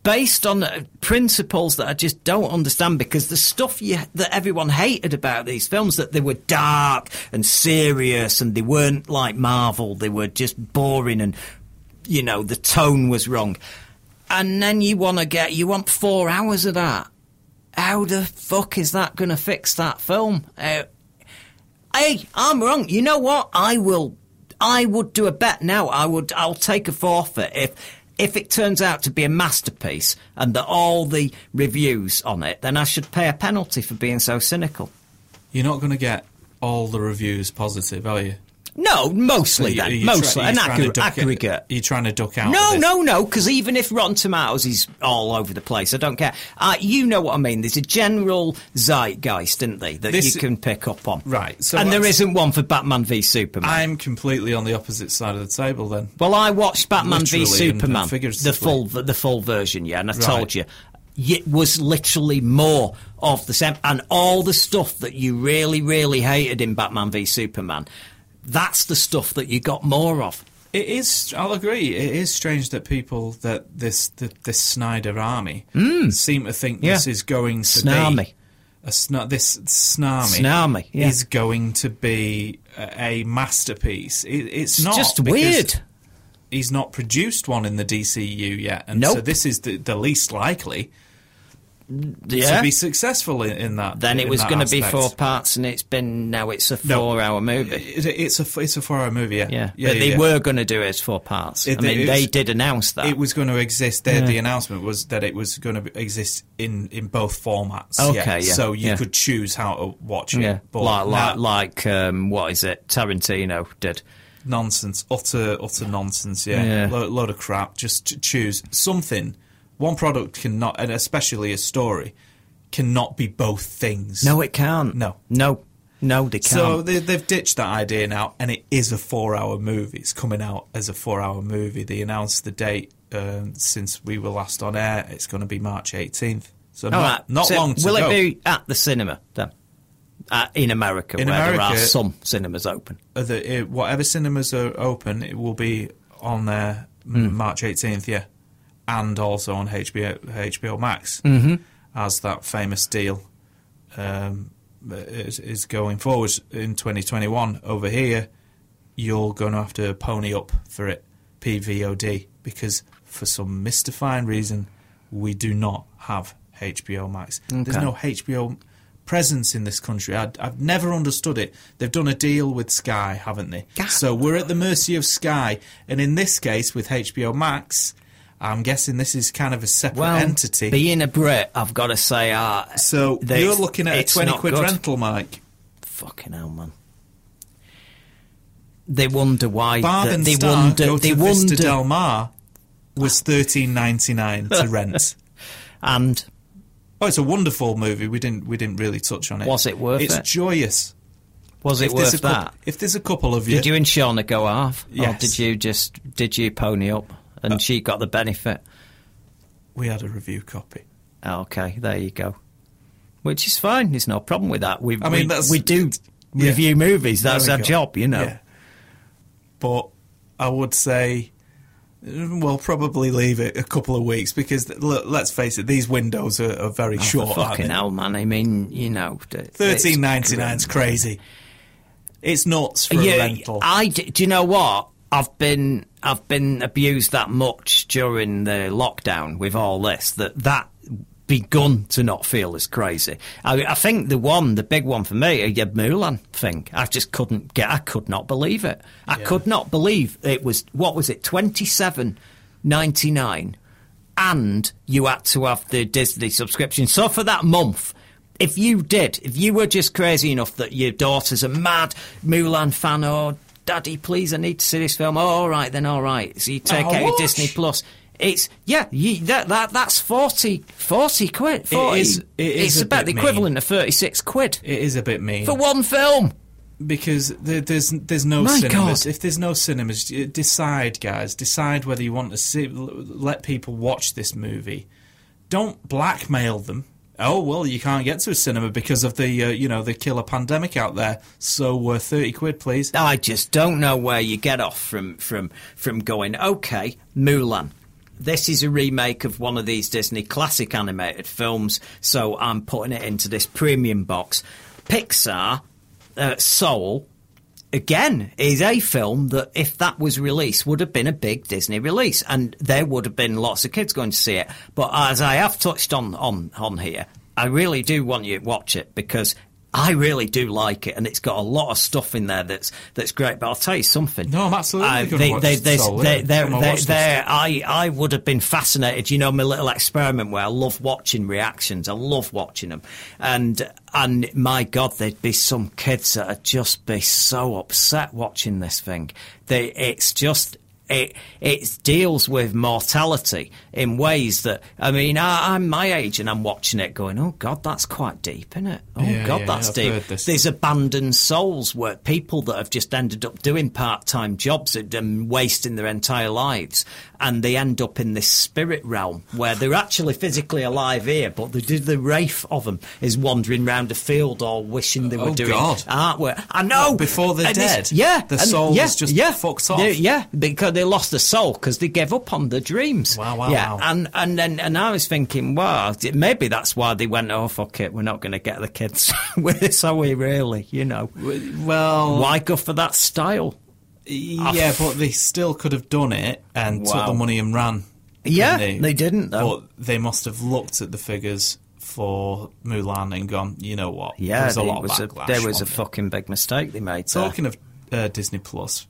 Speaker 4: based on uh, principles that I just don't understand because the stuff you, that everyone hated about these films that they were dark and serious and they weren't like Marvel they were just boring and you know the tone was wrong and then you want to get you want 4 hours of that how the fuck is that going to fix that film Uh, hey I'm wrong you know what I will I would do a bet now I would I'll take a forfeit if if it turns out to be a masterpiece and that all the reviews on it, then I should pay a penalty for being so cynical.
Speaker 5: you're not going to get all the reviews positive, are you?
Speaker 4: No, mostly
Speaker 5: Are
Speaker 4: then,
Speaker 5: you- are you
Speaker 4: mostly
Speaker 5: try- are you
Speaker 4: an
Speaker 5: trying to
Speaker 4: accurate,
Speaker 5: duck it-
Speaker 4: aggregate.
Speaker 5: Are you trying to duck out?
Speaker 4: No,
Speaker 5: of this?
Speaker 4: no, no, because even if Rotten Tomatoes is all over the place, I don't care. Uh, you know what I mean. There's a general zeitgeist, isn't there, that
Speaker 5: This-
Speaker 4: you can pick up on.
Speaker 5: Right, so
Speaker 4: and there
Speaker 5: that's-
Speaker 4: isn't one for Batman v Superman.
Speaker 5: I'm completely on the opposite side of the table. Then
Speaker 4: Well, I watched Batman v
Speaker 5: Literally and
Speaker 4: Superman,
Speaker 5: figuratively.
Speaker 4: the full the full version, yeah, and I
Speaker 5: Right.
Speaker 4: told you it was literally more of the same, and all the stuff that you really, really hated in Batman v Superman. That's the stuff that you got more of.
Speaker 5: it is. I'll agree. It is strange that people that this that this Snyder army seem to think this
Speaker 4: Hmm. Yeah.
Speaker 5: is going to
Speaker 4: Snarmy.
Speaker 5: be a sna- this snarmy
Speaker 4: Snarmy, yeah.
Speaker 5: is going to be a, a masterpiece. It, it's,
Speaker 4: It's
Speaker 5: not
Speaker 4: just
Speaker 5: because-
Speaker 4: weird.
Speaker 5: he's not produced one in the DCU yet, and
Speaker 4: Nope.
Speaker 5: so this is the, the least likely
Speaker 4: Yeah.
Speaker 5: to be successful in, in that.
Speaker 4: then it
Speaker 5: in
Speaker 4: was
Speaker 5: that
Speaker 4: going to be
Speaker 5: aspect.
Speaker 4: four parts, and it's been now it's a
Speaker 5: No.
Speaker 4: four-hour movie.
Speaker 5: It, it's a it's a four hour movie. Yeah,
Speaker 4: Yeah, but they
Speaker 5: yeah.
Speaker 4: were going to do it as four parts.
Speaker 5: It-
Speaker 4: I mean,
Speaker 5: it
Speaker 4: they
Speaker 5: was-
Speaker 4: did announce that.
Speaker 5: It was going to exist. The,
Speaker 4: Yeah.
Speaker 5: the announcement was that it was going to exist in, in both formats.
Speaker 4: Okay, yeah,
Speaker 5: So you
Speaker 4: yeah.
Speaker 5: could choose how to watch it.
Speaker 4: yeah,
Speaker 5: But
Speaker 4: like like,
Speaker 5: now-
Speaker 4: like um, what is it? Tarantino did.
Speaker 5: nonsense, utter utter nonsense. Yeah,
Speaker 4: Yeah.
Speaker 5: Lo- load of crap. Just ch- choose something. One product cannot, and especially a story, cannot be both things.
Speaker 4: No, it can't.
Speaker 5: No.
Speaker 4: no, no, they can't.
Speaker 5: So they, they've ditched that idea now, and it is a four-hour movie. It's coming out as a four-hour movie. They announced the date um, since we were last on air. It's going to be March 18th. So
Speaker 4: All
Speaker 5: not,
Speaker 4: right,
Speaker 5: not
Speaker 4: so
Speaker 5: long to
Speaker 4: Will it
Speaker 5: go.
Speaker 4: be at the cinema then? Uh, in America,
Speaker 5: In
Speaker 4: where there are
Speaker 5: America-
Speaker 4: some cinemas open.
Speaker 5: Uh, the, uh, whatever cinemas are open, it will be on there m
Speaker 4: Hmm.
Speaker 5: March 18th, yeah, and also on HBO HBO Max
Speaker 4: Mm-hmm.
Speaker 5: as that famous deal um, is, is going forward in 2021. Over here, you're going to have to pony up for it PVOD because for some mystifying reason, we do not have HBO Max. There's no HBO presence in this country. I, I've never understood it. They've done a deal with Sky, haven't they? So we're at the mercy of Sky, and in this case with HBO Max. I'm guessing this is kind of a separate
Speaker 4: Well,
Speaker 5: entity.
Speaker 4: being a Brit, I've got to say, uh,
Speaker 5: So
Speaker 4: they-
Speaker 5: you're looking at a
Speaker 4: it's
Speaker 5: twenty
Speaker 4: not
Speaker 5: quid
Speaker 4: good.
Speaker 5: rental, Mike.
Speaker 4: Fucking hell, man. They wonder why.
Speaker 5: Bath
Speaker 4: that
Speaker 5: and
Speaker 4: they
Speaker 5: Star
Speaker 4: wonder.
Speaker 5: go
Speaker 4: they
Speaker 5: to Vista
Speaker 4: wonder.
Speaker 5: Del Mar was thirteen ninety nine to rent.
Speaker 4: and
Speaker 5: Oh, it's a wonderful movie. We didn't we didn't really touch on it.
Speaker 4: Was it worth
Speaker 5: it's
Speaker 4: it?
Speaker 5: joyous.
Speaker 4: was it
Speaker 5: if there's
Speaker 4: worth
Speaker 5: a cou-
Speaker 4: that?
Speaker 5: If there's a couple of you,
Speaker 4: Did you and Shauna go half? Or
Speaker 5: Yes. Uh,
Speaker 4: did you just did you pony up and she got the benefit?
Speaker 5: we had a review copy.
Speaker 4: Okay, there you go. Which is fine. There's no problem with that. We
Speaker 5: I mean,
Speaker 4: we,
Speaker 5: that's-
Speaker 4: we do
Speaker 5: Yeah.
Speaker 4: review movies. That's our
Speaker 5: There we go.
Speaker 4: job, you know.
Speaker 5: Yeah. But I would say, mm, well, probably leave it a couple of weeks because look, let's face it, these windows are, are very
Speaker 4: Oh, For
Speaker 5: short. aren't
Speaker 4: fucking
Speaker 5: they?
Speaker 4: hell, man. I mean, you know, th-
Speaker 5: Thirteen ninety nine is
Speaker 4: it's-
Speaker 5: crazy. It's nuts for a rental.
Speaker 4: I d- do you know what? I've been I've been abused that much during the lockdown with all this that that begun to not feel as crazy. I, I think the one, the big one for me, uh, your Mulan thing. I just couldn't get. I could not believe it. I could not believe it was. What was it? Twenty seven ninety nine, and you had to have the Disney subscription. So for that month, if you did, if you were just crazy enough that your daughter's a mad Mulan fan or daddy, please, I need to see this film. Oh, all right, then, all right. So you take
Speaker 5: I'll
Speaker 4: out your
Speaker 5: watch.
Speaker 4: Disney Plus. It's yeah, you, that that that's 40, 40 quid. 40.
Speaker 5: is- it is
Speaker 4: it's
Speaker 5: a
Speaker 4: about the
Speaker 5: bit
Speaker 4: equivalent of thirty six quid
Speaker 5: it is a bit mean
Speaker 4: for one film.
Speaker 5: because there, there's there's no
Speaker 4: My
Speaker 5: cinemas.
Speaker 4: God.
Speaker 5: If there's no cinemas, y- decide, guys, decide whether you want to see. l- Let people watch this movie. Don't blackmail them. Oh well, you can't get to a cinema because of the uh, you know the killer pandemic out there. So uh, thirty quid, please.
Speaker 4: I just don't know where you get off from from from going. Okay, Mulan. This is a remake of one of these Disney classic animated films, so I'm putting it into this premium box. Pixar, uh, Soul, again, is a film that, if that was released, would have been a big Disney release, and there would have been lots of kids going to see it. But as I have touched on on on here, I really do want you to watch it because I really do like it, and it's got a lot of stuff in there that's that's great. But I'll tell you something. Uh,
Speaker 5: No, I'm absolutely gonna
Speaker 4: they,
Speaker 5: watch
Speaker 4: they, they,
Speaker 5: Soul,
Speaker 4: they,
Speaker 5: yeah.
Speaker 4: they're-
Speaker 5: Come on,
Speaker 4: they're-
Speaker 5: watch this.
Speaker 4: they're- I I would have been fascinated. You know, my little experiment where I love watching reactions. I love watching them, and and my God, there'd be some kids that would just be so upset watching this thing. They, it's just. It it deals with mortality in ways that I mean I, I'm my age and I'm watching it going oh god that's quite deep isn't it oh
Speaker 5: Yeah,
Speaker 4: god
Speaker 5: yeah,
Speaker 4: that's
Speaker 5: I've
Speaker 4: deep
Speaker 5: heard this.
Speaker 4: there's abandoned souls where people that have just ended up doing part-time jobs and um, wasting their entire lives and they end up in this spirit realm where they're actually physically alive here but the, the wraith of them is wandering round a field or wishing they were
Speaker 5: Oh,
Speaker 4: doing
Speaker 5: God.
Speaker 4: artwork I know
Speaker 5: Before they're
Speaker 4: And it's-
Speaker 5: dead,
Speaker 4: yeah
Speaker 5: the
Speaker 4: and-
Speaker 5: soul
Speaker 4: yeah,
Speaker 5: is just
Speaker 4: yeah,
Speaker 5: fucked off.
Speaker 4: Yeah, yeah because they lost their soul because they gave up on their dreams
Speaker 5: Wow, wow,
Speaker 4: yeah
Speaker 5: wow.
Speaker 4: and and then and I was thinking, well, maybe that's why they went, oh fuck it, we're not going to get the kids with this, are we? Really, you know,
Speaker 5: Well,
Speaker 4: why go for that style?
Speaker 5: Yeah, but they still could have done it and took
Speaker 4: Wow.
Speaker 5: the money and ran. couldn't
Speaker 4: Yeah, they didn't, though.
Speaker 5: But they must have looked at the figures for Mulan and gone, you know what?
Speaker 4: Yeah,
Speaker 5: there's a
Speaker 4: there
Speaker 5: lot
Speaker 4: was
Speaker 5: of
Speaker 4: a,
Speaker 5: backlash
Speaker 4: there was a
Speaker 5: from it."
Speaker 4: fucking big mistake they made. there.
Speaker 5: Talking of uh, Disney Plus,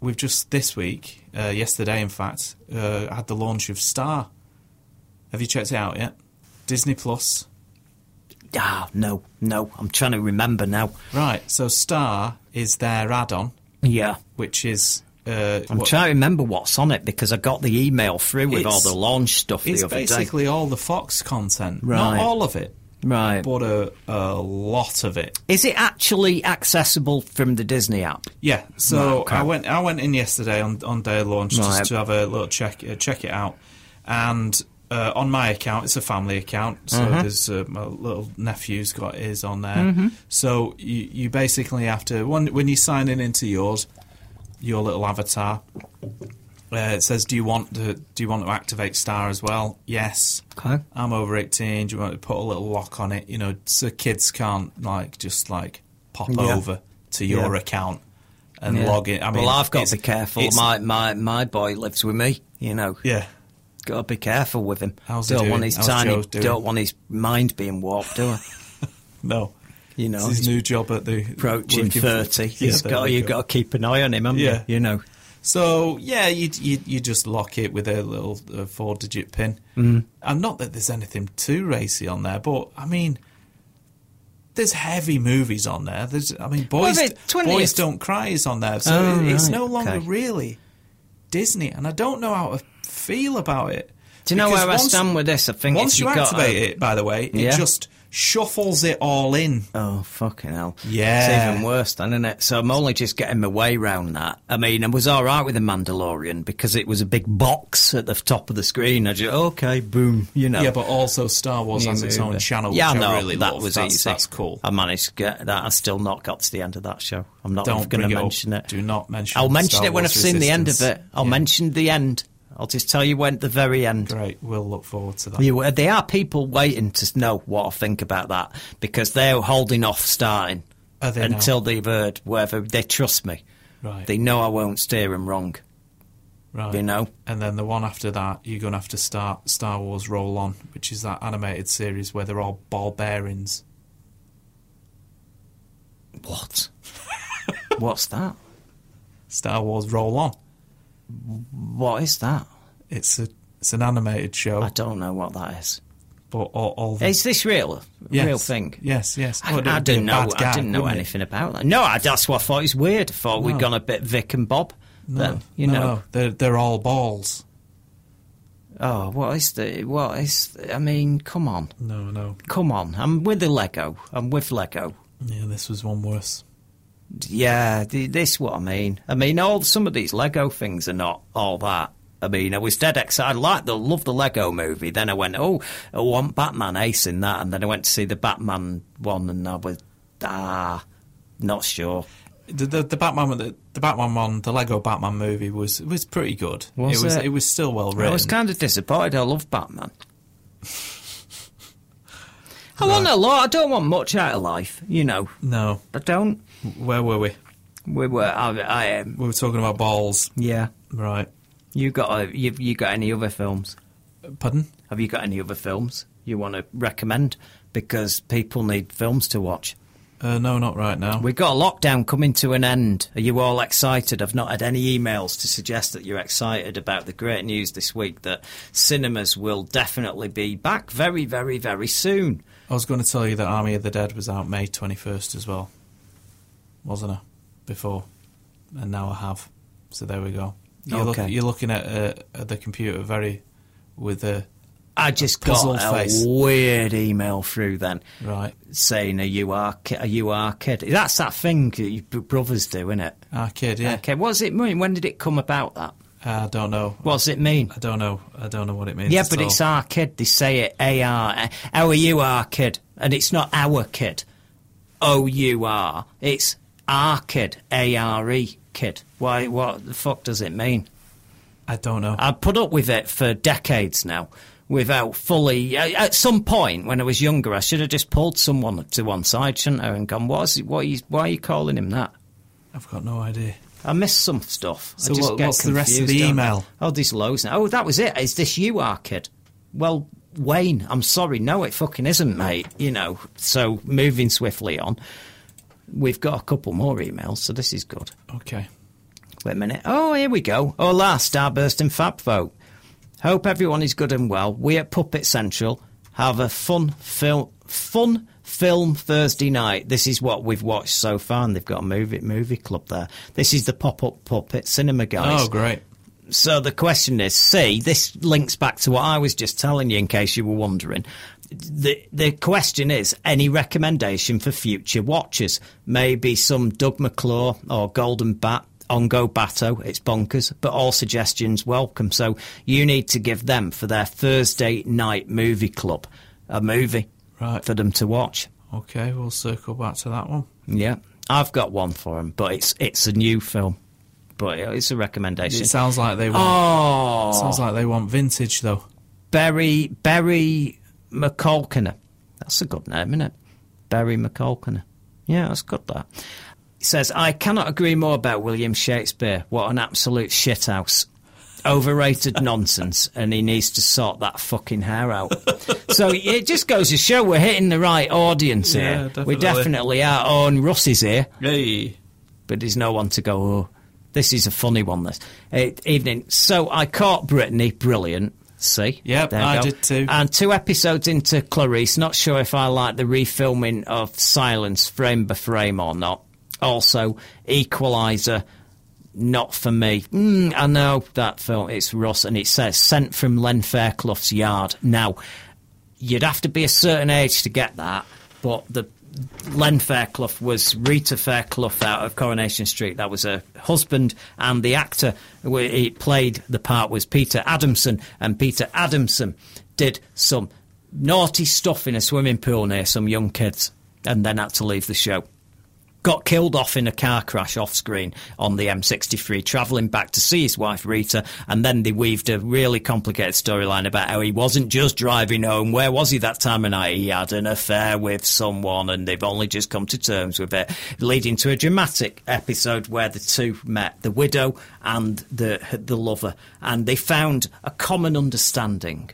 Speaker 5: we've just this week, uh, yesterday in fact, uh, had the launch of Star. Have you checked it out yet? Disney Plus.
Speaker 4: ah, no, no, I'm trying to remember now.
Speaker 5: Right, so Star is their add-on,
Speaker 4: Yeah,
Speaker 5: which is uh,
Speaker 4: I'm
Speaker 5: what-
Speaker 4: trying to remember what's on it because I got the email through with all
Speaker 5: It's-
Speaker 4: the launch stuff the
Speaker 5: It's
Speaker 4: other
Speaker 5: basically all the Fox content, not
Speaker 4: Right.
Speaker 5: all of it,
Speaker 4: day. Right,
Speaker 5: but a, a lot of it.
Speaker 4: is it actually accessible from the Disney app?
Speaker 5: Yeah, so
Speaker 4: okay.
Speaker 5: I went I went in yesterday on on day of launch
Speaker 4: Right.
Speaker 5: just to have a little check uh, check it out, and uh, on my account it's a family account, so
Speaker 4: Uh-huh.
Speaker 5: there's uh, my little nephew's got his on there.
Speaker 4: Mm-hmm.
Speaker 5: So you you basically have to when when you're signing into yours, your little avatar. Uh, it says, "Do you want to do you want to activate Star as well?" Yes.
Speaker 4: Okay.
Speaker 5: I'm over 18. Do you want to put a little lock on it? You know, so kids can't like just like pop over to your
Speaker 4: Yeah.
Speaker 5: account and
Speaker 4: Yeah.
Speaker 5: log in. I mean,
Speaker 4: well, I've got
Speaker 5: it's-
Speaker 4: to be careful.
Speaker 5: it's-
Speaker 4: My, my my boy lives with me, you know.
Speaker 5: yeah,
Speaker 4: Got to be careful with him.
Speaker 5: How's he
Speaker 4: don't
Speaker 5: doing?
Speaker 4: want his
Speaker 5: How's
Speaker 4: tiny,
Speaker 5: Joe doing?
Speaker 4: don't want his mind being warped, do I?
Speaker 5: no,
Speaker 4: You know,
Speaker 5: it's his
Speaker 4: he's
Speaker 5: new job at the
Speaker 4: approaching
Speaker 5: working for-
Speaker 4: thirty.
Speaker 5: Yeah,
Speaker 4: he's
Speaker 5: there
Speaker 4: got
Speaker 5: we
Speaker 4: you've
Speaker 5: go.
Speaker 4: got to keep an eye on him, haven't
Speaker 5: Yeah.
Speaker 4: you? You know.
Speaker 5: So yeah, you you, you just lock it with a little uh, four-digit pin. Mm. And not that there's anything too racy on there, but I mean, there's heavy movies on there. There's I mean, boys
Speaker 4: they- 20th
Speaker 5: boys don't cry is on there, so
Speaker 4: Oh,
Speaker 5: it- it's
Speaker 4: right,
Speaker 5: no longer
Speaker 4: okay.
Speaker 5: really Disney, and I don't know how to feel about it.
Speaker 4: Do you know
Speaker 5: Because
Speaker 4: where I
Speaker 5: once-
Speaker 4: stand with this? I think
Speaker 5: Once
Speaker 4: if
Speaker 5: you
Speaker 4: you've got
Speaker 5: activate
Speaker 4: a-
Speaker 5: it, by the way, it
Speaker 4: Yeah.
Speaker 5: just shuffles it all in.
Speaker 4: Oh fucking hell!
Speaker 5: Yeah.
Speaker 4: it's even worse, than isn't it? So I'm only just getting my way round that. I mean, I was all right with the Mandalorian because it was a big box at the top of the screen. I just okay, boom, you know.
Speaker 5: Yeah, but also Star Wars has its own channel,
Speaker 4: Yeah,
Speaker 5: which
Speaker 4: no,
Speaker 5: I really
Speaker 4: that
Speaker 5: love.
Speaker 4: was
Speaker 5: that's,
Speaker 4: easy.
Speaker 5: That's cool.
Speaker 4: I managed to get that. I still not got to the end of that show. I'm not
Speaker 5: Don't
Speaker 4: going to
Speaker 5: bring it up.
Speaker 4: mention it.
Speaker 5: Do not mention
Speaker 4: I'll mention
Speaker 5: Star
Speaker 4: it when
Speaker 5: Wars
Speaker 4: I've seen the end of it.
Speaker 5: Resistance.
Speaker 4: I'll
Speaker 5: Yeah.
Speaker 4: mention the end. I'll just tell you when at the very end.
Speaker 5: Great. We'll look forward to that.
Speaker 4: You, uh, there are people waiting to know what I think about that because they're holding off starting
Speaker 5: Are they now?
Speaker 4: until they've heard whether they trust me.
Speaker 5: Right.
Speaker 4: They know I won't steer them wrong.
Speaker 5: right.
Speaker 4: you know.
Speaker 5: And then the one after that, you're going to have to start Star Wars Roll On, which is that animated series where they're all ball bearings.
Speaker 4: What? What's that?
Speaker 5: Star Wars Roll On.
Speaker 4: What is that?
Speaker 5: It's a it's an animated show,
Speaker 4: I don't know what that is.
Speaker 5: but all, all the
Speaker 4: Is this real?
Speaker 5: Yes.
Speaker 4: Real thing?
Speaker 5: Yes, yes.
Speaker 4: I,
Speaker 5: Oh, it'd
Speaker 4: I
Speaker 5: be a
Speaker 4: didn't know.
Speaker 5: bad
Speaker 4: I
Speaker 5: gag,
Speaker 4: didn't know
Speaker 5: wouldn't it?
Speaker 4: anything about that. No, I, that's what I thought. It's weird. I thought
Speaker 5: No.
Speaker 4: we'd gone a bit Vic and Bob. then, you
Speaker 5: no,
Speaker 4: know.
Speaker 5: no, they're they're all balls.
Speaker 4: Oh, what is the? What is? The, I mean, come on,
Speaker 5: No, no.
Speaker 4: come on. I'm with the Lego. I'm with Lego.
Speaker 5: Yeah, this was one worse.
Speaker 4: Yeah, th- this what I mean. I mean, all some of these Lego things are not all that. I mean, I was dead excited. I liked the love the Lego movie. Then I went, oh, I want Batman Ace in that, and then I went to see the Batman one, and I was ah, not sure.
Speaker 5: The, the, the Batman one- the, the Batman one the Lego Batman movie was was pretty good.
Speaker 4: Was
Speaker 5: it was
Speaker 4: it?
Speaker 5: it was still well
Speaker 4: I
Speaker 5: written.
Speaker 4: was kind of disappointed. I love Batman. I want a lot. I don't want much out of life, you know.
Speaker 5: no,
Speaker 4: I don't.
Speaker 5: where were we?
Speaker 4: We were. I, I um,
Speaker 5: We were talking about balls,
Speaker 4: yeah.
Speaker 5: right?
Speaker 4: You got a, you you got any other films?
Speaker 5: Pardon?
Speaker 4: Have you got any other films you want to recommend? Because people need films to watch.
Speaker 5: Uh, no, not right now.
Speaker 4: We've got a lockdown coming to an end. Are you all excited? I've not had any emails to suggest that you're excited about the great news this week that cinemas will definitely be back very, very, very soon.
Speaker 5: I was going to tell you that Army of the Dead was out May twenty first as well, wasn't I? Before, and now I have. So there we go. You're,
Speaker 4: Okay.
Speaker 5: you're looking at, uh, at the computer very with a
Speaker 4: I just
Speaker 5: puzzled
Speaker 4: got a
Speaker 5: face.
Speaker 4: weird email through then
Speaker 5: right
Speaker 4: saying, "Are you our ki- are you our kid?" That's that thing that your br- brothers do, isn't it?
Speaker 5: arcade. Yeah,
Speaker 4: Okay. What's it mean? When did it come about? That
Speaker 5: I don't know.
Speaker 4: what's it mean?
Speaker 5: I don't know. I don't know what it means.
Speaker 4: yeah,
Speaker 5: at
Speaker 4: but
Speaker 5: all.
Speaker 4: it's our kid. They say it. A R. How are you, our kid? And it's not our kid. O U R. It's our kid. A R E kid. Why? What the fuck does it mean?
Speaker 5: I don't know.
Speaker 4: I've put up with it for decades now without fully. uh, At some point when I was younger, I should have just pulled someone to one side, shouldn't I, and gone, "What is? What? Is, why are you calling him that?"
Speaker 5: I've got no idea.
Speaker 4: I missed some stuff.
Speaker 5: So
Speaker 4: I just
Speaker 5: what-
Speaker 4: get
Speaker 5: what's the rest of
Speaker 4: confused,
Speaker 5: the
Speaker 4: don't I?
Speaker 5: email?
Speaker 4: Oh, this Lowe's now. Oh, that was it. Is this you, our kid? Well, Wayne, I'm sorry. No, it fucking isn't, mate. You know, so moving swiftly on. We've got a couple more emails, so this is good.
Speaker 5: Okay.
Speaker 4: Wait a minute. Oh, here we go. Hola, Starburst and Fab Folk. Hope everyone is good and well. We at Puppet Central have a fun film, fun film Thursday night. This is what we've watched so far, and they've got a movie movie club there. This is the pop up puppet cinema guys.
Speaker 5: Oh, great.
Speaker 4: So the question is, see, this links back to what I was just telling you in case you were wondering. The the question is, any recommendation for future watchers? Maybe some Doug McClure or Golden Bat, Ongo Batto, it's bonkers, but all suggestions welcome. So you need to give them for their Thursday night movie club a movie
Speaker 5: Right.
Speaker 4: for them to watch.
Speaker 5: Okay, we'll circle back to that one.
Speaker 4: Yeah. I've got one for them, but it's it's a new film. But it's a recommendation.
Speaker 5: It sounds like they want.
Speaker 4: oh,
Speaker 5: Sounds like they want vintage though.
Speaker 4: Barry Barry McCulkiner. That's a good name, isn't it? Barry McCulkiner. Yeah, that's good. That he says, I cannot agree more about William Shakespeare. What an absolute shithouse. Overrated nonsense, and he needs to sort that fucking hair out. so it just goes to show we're hitting the right audience
Speaker 5: Yeah,
Speaker 4: here. We're
Speaker 5: definitely.
Speaker 4: definitely our own Russ's here
Speaker 5: Hey.
Speaker 4: but there's no one to go, oh, this is a funny one, this. Eh, evening. So I caught Brittany, brilliant. See?
Speaker 5: Yep,
Speaker 4: you
Speaker 5: I
Speaker 4: go.
Speaker 5: did too.
Speaker 4: And two episodes into Clarice, not sure if I like the refilming of Silence frame by frame or not. Also, Equalizer, not for me. Mm, I know that film, it's Russ, and it says, sent from Len Fairclough's yard. Now, you'd have to be a certain age to get that, but the Len Fairclough was Rita Fairclough out of Coronation Street. That was her husband, and the actor who he played the part was Peter Adamson, and Peter Adamson did some naughty stuff in a swimming pool near some young kids, and then had to leave the show got killed off in a car crash off screen on the M63, travelling back to see his wife Rita. And then they weaved a really complicated storyline about how he wasn't just driving home. Where was he that time of night? He had an affair with someone and they've only just come to terms with it, leading to a dramatic episode where the two met the widow and the, the lover. And they found a common understanding.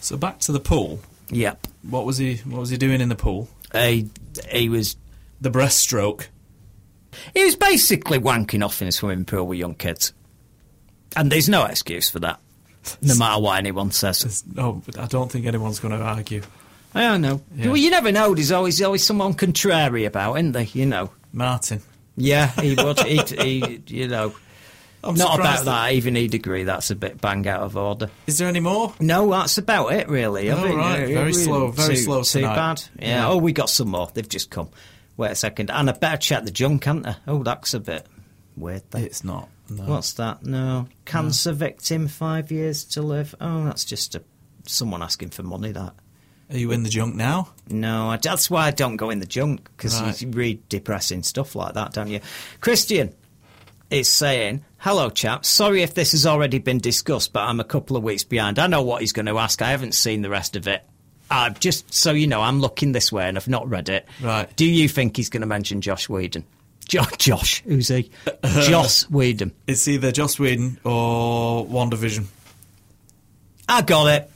Speaker 5: So back to the pool.
Speaker 4: Yep.
Speaker 5: What was he? What was he doing in the pool?
Speaker 4: He, he was
Speaker 5: The breaststroke.
Speaker 4: He was basically wanking off in a swimming pool with young kids. And there's no excuse for that, no matter what anyone says.
Speaker 5: There's- No, I don't think anyone's going to argue.
Speaker 4: I don't know.
Speaker 5: Yeah.
Speaker 4: Well, you never know. There's always always someone contrary about, isn't there? You know.
Speaker 5: Martin.
Speaker 4: Yeah, he would. he, he, you know.
Speaker 5: I'm
Speaker 4: Not
Speaker 5: surprised
Speaker 4: about that. Even he'd agree that's a bit bang out of order.
Speaker 5: Is there any more?
Speaker 4: No, that's about it, really. I
Speaker 5: Oh,
Speaker 4: think,
Speaker 5: right.
Speaker 4: yeah,
Speaker 5: Very
Speaker 4: really
Speaker 5: slow- very
Speaker 4: too,
Speaker 5: slow
Speaker 4: Too
Speaker 5: tonight.
Speaker 4: bad. Yeah.
Speaker 5: Yeah.
Speaker 4: Oh, we got some more. They've just come. Wait a second. And I better check the junk, can't I? Oh, that's a bit weird. That.
Speaker 5: It's not. No.
Speaker 4: What's that? No. Cancer victim, five years to live. Oh, that's just a, someone asking for money, that.
Speaker 5: Are you in the junk now?
Speaker 4: No, I, that's why I don't go in the junk, because
Speaker 5: Right.
Speaker 4: you read depressing stuff like that, don't you? Christian is saying, Hello, chaps. Sorry if this has already been discussed, but I'm a couple of weeks behind. I know what he's going to ask. I haven't seen the rest of it. I've just, so you know, I'm looking this way and I've not read it.
Speaker 5: Right.
Speaker 4: Do you think he's going to mention Josh Whedon? Jo- Josh, who's he? Joss Whedon.
Speaker 5: It's either Joss Whedon or WandaVision.
Speaker 4: I got it.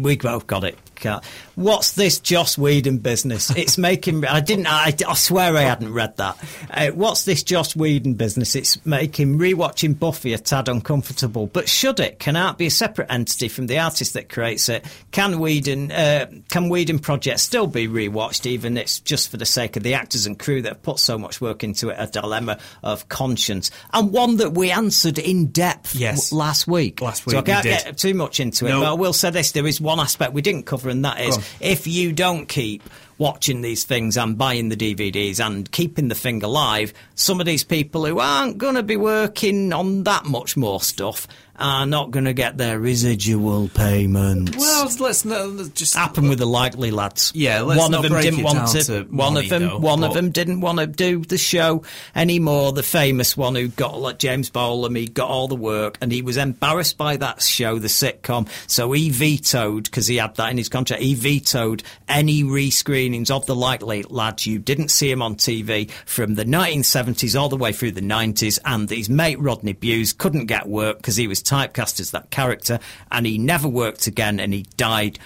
Speaker 4: We both got it. Can't- What's this Joss Whedon business? It's making. I didn't. I, I swear I hadn't read that. Uh, what's this Joss Whedon business? It's making rewatching Buffy a tad uncomfortable. But should it? Can art be a separate entity from the artist that creates it? Can Whedon? Uh, can Whedon project still be rewatched? Even it's just for the sake of the actors and crew that have put so much work into it. A dilemma of conscience and one that we answered in depth
Speaker 5: Yes.
Speaker 4: w- last week.
Speaker 5: Last
Speaker 4: So I
Speaker 5: week we
Speaker 4: can't
Speaker 5: did.
Speaker 4: get too much into it,
Speaker 5: No.
Speaker 4: but I will say this: there is one aspect we didn't cover, and that is
Speaker 5: on.
Speaker 4: if you don't keep watching these things and buying the DVDs and keeping the thing alive, some of these people who aren't going to be working on that much more stuff are not going to get their residual payments.
Speaker 5: Well, let's, no, let's just.
Speaker 4: Happened with the likely lads.
Speaker 5: Yeah, let's
Speaker 4: one
Speaker 5: not
Speaker 4: of them
Speaker 5: break
Speaker 4: didn't
Speaker 5: it
Speaker 4: want
Speaker 5: down
Speaker 4: to.
Speaker 5: to
Speaker 4: one
Speaker 5: money,
Speaker 4: of them,
Speaker 5: though,
Speaker 4: one of
Speaker 5: but-
Speaker 4: them didn't want to do the show anymore. The famous one who got like James Bolam, he got all the work, and he was embarrassed by that show, the sitcom. So he vetoed because he had that in his contract. He vetoed any rescreening screenings of The Likely Lads. You didn't see him on TV from the 1970s all the way through the 90s, and his mate Rodney Bewes couldn't get work because he was typecast as that character, and he never worked again, and he died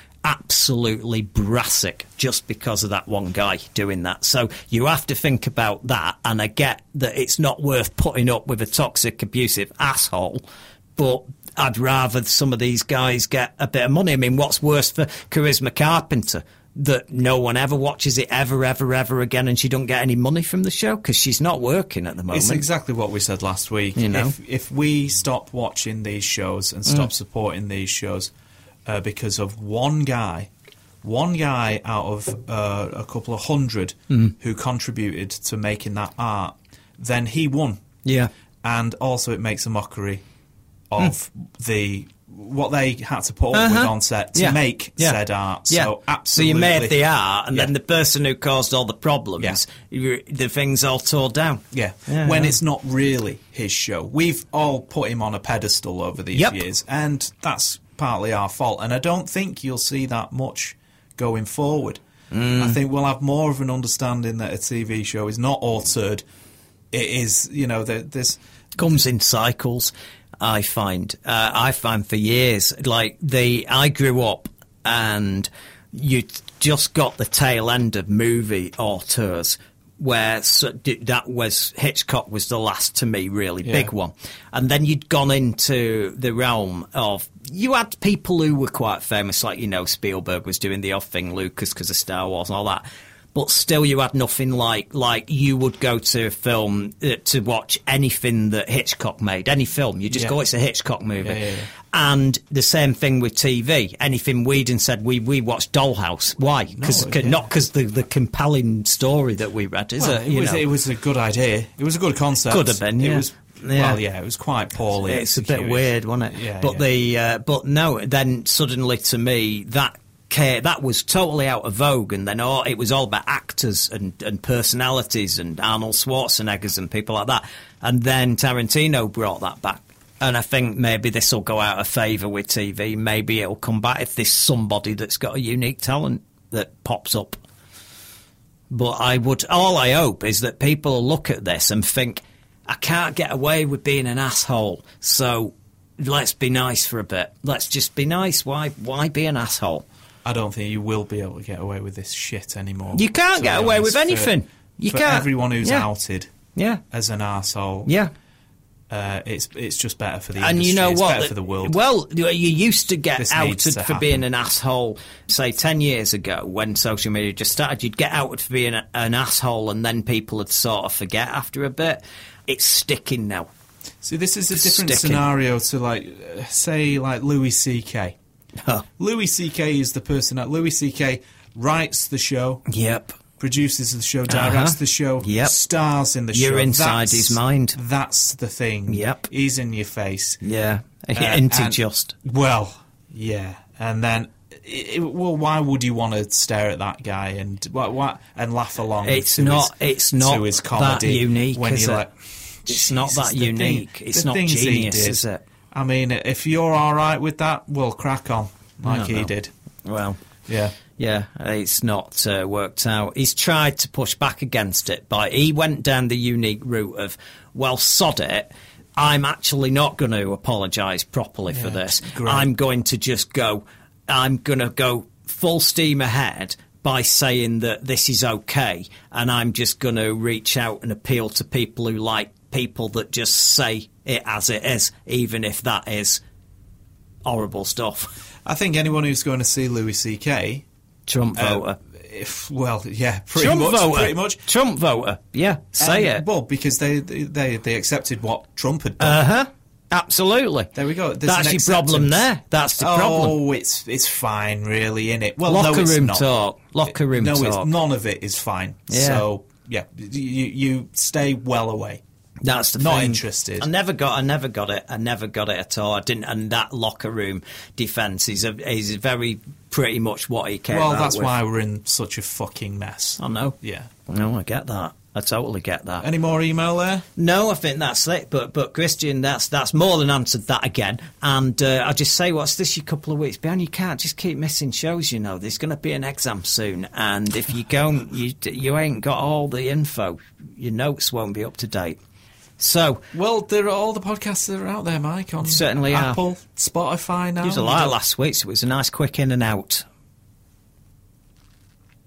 Speaker 4: absolutely brassic just because of that one guy doing that. So you have to think about that. And I get that it's not worth putting up with a toxic, abusive asshole, but I'd rather some of these guys get a bit of money. I mean, what's worse for Charisma Carpenter? That no one ever watches it ever, ever, ever again, and she don't get any money from the show because she's not working at the moment.
Speaker 5: It's exactly what we said last week.
Speaker 4: You know? Mm.
Speaker 5: if, if we stop watching these shows and stop supporting these shows uh, because of one guy, one guy out of uh, a couple of hundred
Speaker 4: Mm.
Speaker 5: who contributed to making that art, then he won.
Speaker 4: Yeah.
Speaker 5: And also, it makes a mockery of the what they had to put up with
Speaker 4: Mm. Uh-huh.
Speaker 5: on set to
Speaker 4: Yeah.
Speaker 5: make
Speaker 4: Yeah.
Speaker 5: said art.
Speaker 4: Yeah.
Speaker 5: So absolutely,
Speaker 4: So you made the art, and
Speaker 5: Yeah.
Speaker 4: then the person who caused all the problems, you- the things all tore down.
Speaker 5: Yeah.
Speaker 4: Yeah,
Speaker 5: when
Speaker 4: yeah.
Speaker 5: it's not really his show. We've all put him on a pedestal over these
Speaker 4: Yep.
Speaker 5: years, and that's partly our fault. And I don't think you'll see that much going forward.
Speaker 4: Mm.
Speaker 5: I think we'll have more of an understanding that a TV show is not altered. It is, you know, there, there's.
Speaker 4: comes in cycles. I find uh, I find for years like the I grew up and you just got the tail end of movie auteurs where so, d- that was Hitchcock was the last to me really big one, and then you'd gone into the realm of you had people who were quite famous like you know Spielberg was doing the odd thing Lucas because of Star Wars and all that but still you had nothing like like you would go to a film uh, to watch anything that Hitchcock made any film you just
Speaker 5: Yeah.
Speaker 4: go it's a Hitchcock movie
Speaker 5: Yeah, yeah, yeah.
Speaker 4: and the same thing with TV anything Whedon said we we watched Dollhouse why because
Speaker 5: No, yeah.
Speaker 4: not because the the compelling story that we read is
Speaker 5: Well,
Speaker 4: it
Speaker 5: it,
Speaker 4: you
Speaker 5: was,
Speaker 4: know
Speaker 5: it was a good idea. It was a good concept.
Speaker 4: Could have been,
Speaker 5: It
Speaker 4: yeah.
Speaker 5: was,
Speaker 4: Yeah.
Speaker 5: Well, yeah, it was quite poorly.
Speaker 4: It's a bit
Speaker 5: executed.
Speaker 4: weird, wasn't it?
Speaker 5: Yeah,
Speaker 4: but
Speaker 5: yeah.
Speaker 4: the uh, but no, then suddenly to me that care that was totally out of vogue, and then all, it was all about actors and, and personalities and Arnold Schwarzeneggers and people like that, and then Tarantino brought that back. And I think maybe this will go out of favour with TV. Maybe it'll come back if there's somebody that's got a unique talent that pops up. But I would, all I hope is that people look at this and think, I can't get away with being an asshole. So let's be nice for a bit. Let's just be nice. Why, why be an asshole?
Speaker 5: I don't think you will be able to get away with this shit anymore.
Speaker 4: You can't
Speaker 5: to
Speaker 4: get
Speaker 5: be
Speaker 4: away with
Speaker 5: honest,
Speaker 4: anything.
Speaker 5: For,
Speaker 4: You
Speaker 5: for
Speaker 4: can't.
Speaker 5: Everyone who's
Speaker 4: Yeah.
Speaker 5: outed
Speaker 4: Yeah.
Speaker 5: as an arsehole,
Speaker 4: Yeah.
Speaker 5: uh, it's it's just better for the
Speaker 4: and
Speaker 5: industry.
Speaker 4: you know
Speaker 5: it's
Speaker 4: what?
Speaker 5: Better for the world.
Speaker 4: Well, you you used to get
Speaker 5: This needs
Speaker 4: outed
Speaker 5: to
Speaker 4: for
Speaker 5: happen.
Speaker 4: being an asshole, say ten years ago when social media just started. You'd get outed for being a, an asshole, and then people would sort of forget after a bit. It's sticking now.
Speaker 5: See, this is a different
Speaker 4: Sticking.
Speaker 5: scenario to like, uh, say, like Louis C.K. Louis C.K. is the person that Louis C.K. writes the show,
Speaker 4: Yep.
Speaker 5: produces the show, directs
Speaker 4: Uh-huh.
Speaker 5: the show,
Speaker 4: Yep.
Speaker 5: stars in the show.
Speaker 4: You're inside
Speaker 5: That's-
Speaker 4: his mind.
Speaker 5: That's the thing.
Speaker 4: Yep.
Speaker 5: he's in your face.
Speaker 4: Yeah.
Speaker 5: Uh,
Speaker 4: Into
Speaker 5: and-
Speaker 4: just.
Speaker 5: Well, yeah, and then. It, it- well, why would you want to stare at that guy and why, why, and laugh along?
Speaker 4: It's
Speaker 5: to
Speaker 4: not-
Speaker 5: His,
Speaker 4: it's not
Speaker 5: to his
Speaker 4: that
Speaker 5: comedy
Speaker 4: unique,
Speaker 5: When
Speaker 4: is
Speaker 5: you're
Speaker 4: it?
Speaker 5: like,
Speaker 4: It's not
Speaker 5: Jesus,
Speaker 4: that
Speaker 5: the thing-
Speaker 4: unique. it's
Speaker 5: the
Speaker 4: not
Speaker 5: things he
Speaker 4: genius,
Speaker 5: did.
Speaker 4: is it?
Speaker 5: I mean, if you're all right with that, we'll crack on like he
Speaker 4: no.
Speaker 5: did.
Speaker 4: Well,
Speaker 5: Yeah.
Speaker 4: yeah, it's not uh, worked out. He's tried to push back against it, but he went down the unique route of, well, sod it. I'm actually not going to apologise properly for this.
Speaker 5: great.
Speaker 4: I'm going to just go. I'm going to go full steam ahead by saying that this is okay, and I'm just going to reach out and appeal to people who like people that just say it as it is, even if that is horrible stuff.
Speaker 5: I think anyone who's going to see Louis C.K.
Speaker 4: Trump
Speaker 5: uh,
Speaker 4: voter.
Speaker 5: if well, yeah, pretty
Speaker 4: Trump
Speaker 5: much,
Speaker 4: voter.
Speaker 5: pretty much.
Speaker 4: Trump voter. Yeah, say
Speaker 5: And-
Speaker 4: it.
Speaker 5: Well, because they they they accepted what Trump had done.
Speaker 4: Uh huh. Absolutely.
Speaker 5: There we go. There's
Speaker 4: That's
Speaker 5: an
Speaker 4: your problem
Speaker 5: acceptance.
Speaker 4: there. That's the
Speaker 5: oh,
Speaker 4: problem.
Speaker 5: it's it's fine, really, in it. Well, no,
Speaker 4: Locker
Speaker 5: it's
Speaker 4: room
Speaker 5: not.
Speaker 4: talk. Locker room
Speaker 5: no,
Speaker 4: talk.
Speaker 5: it's none of it is fine.
Speaker 4: Yeah.
Speaker 5: So yeah, you you stay well away.
Speaker 4: That's the
Speaker 5: Not
Speaker 4: thing.
Speaker 5: interested.
Speaker 4: I never got. I never got it. I never got it at all. I didn't. And that locker room defense is a, is very pretty much what he came.
Speaker 5: well,
Speaker 4: out
Speaker 5: that's
Speaker 4: with. Oh.
Speaker 5: why we're in such a fucking mess.
Speaker 4: I know.
Speaker 5: Yeah.
Speaker 4: No, I get that. I totally get that.
Speaker 5: Any more email there?
Speaker 4: No, I think that's it. But but Christian, that's that's more than answered that again. And uh, I just say, what's this? You couple of weeks behind. You can't just keep missing shows. You know, there's going to be an exam soon, and if you don't, you you ain't got all the info. Your notes won't be up to date. So
Speaker 5: Well, there are all the podcasts that are out there, Mike. On
Speaker 4: Certainly are.
Speaker 5: Apple, Spotify now.
Speaker 4: It was a lot last week, so it was a nice quick in and out.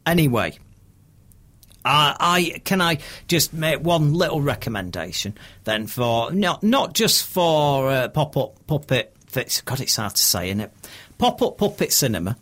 Speaker 4: Anyway, I, I can I just make one little recommendation then for not not just for uh, pop up puppet. Fits, God, it's hard to say, innit? Pop up puppet cinema.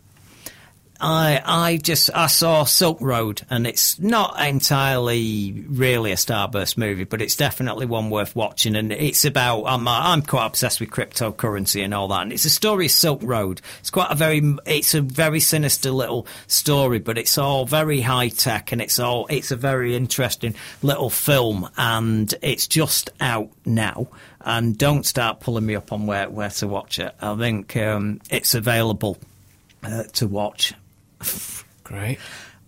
Speaker 4: I I just I saw Silk Road, and it's not entirely really a Starburst movie, but it's definitely one worth watching. And it's about I'm uh, I'm quite obsessed with cryptocurrency and all that, and it's a story of Silk Road. It's quite a very it's a very sinister little story, but it's all very high tech, and it's all it's a very interesting little film, and it's just out now and don't start pulling me up on where, where to watch it. I think um, it's available uh, to watch.
Speaker 5: Great.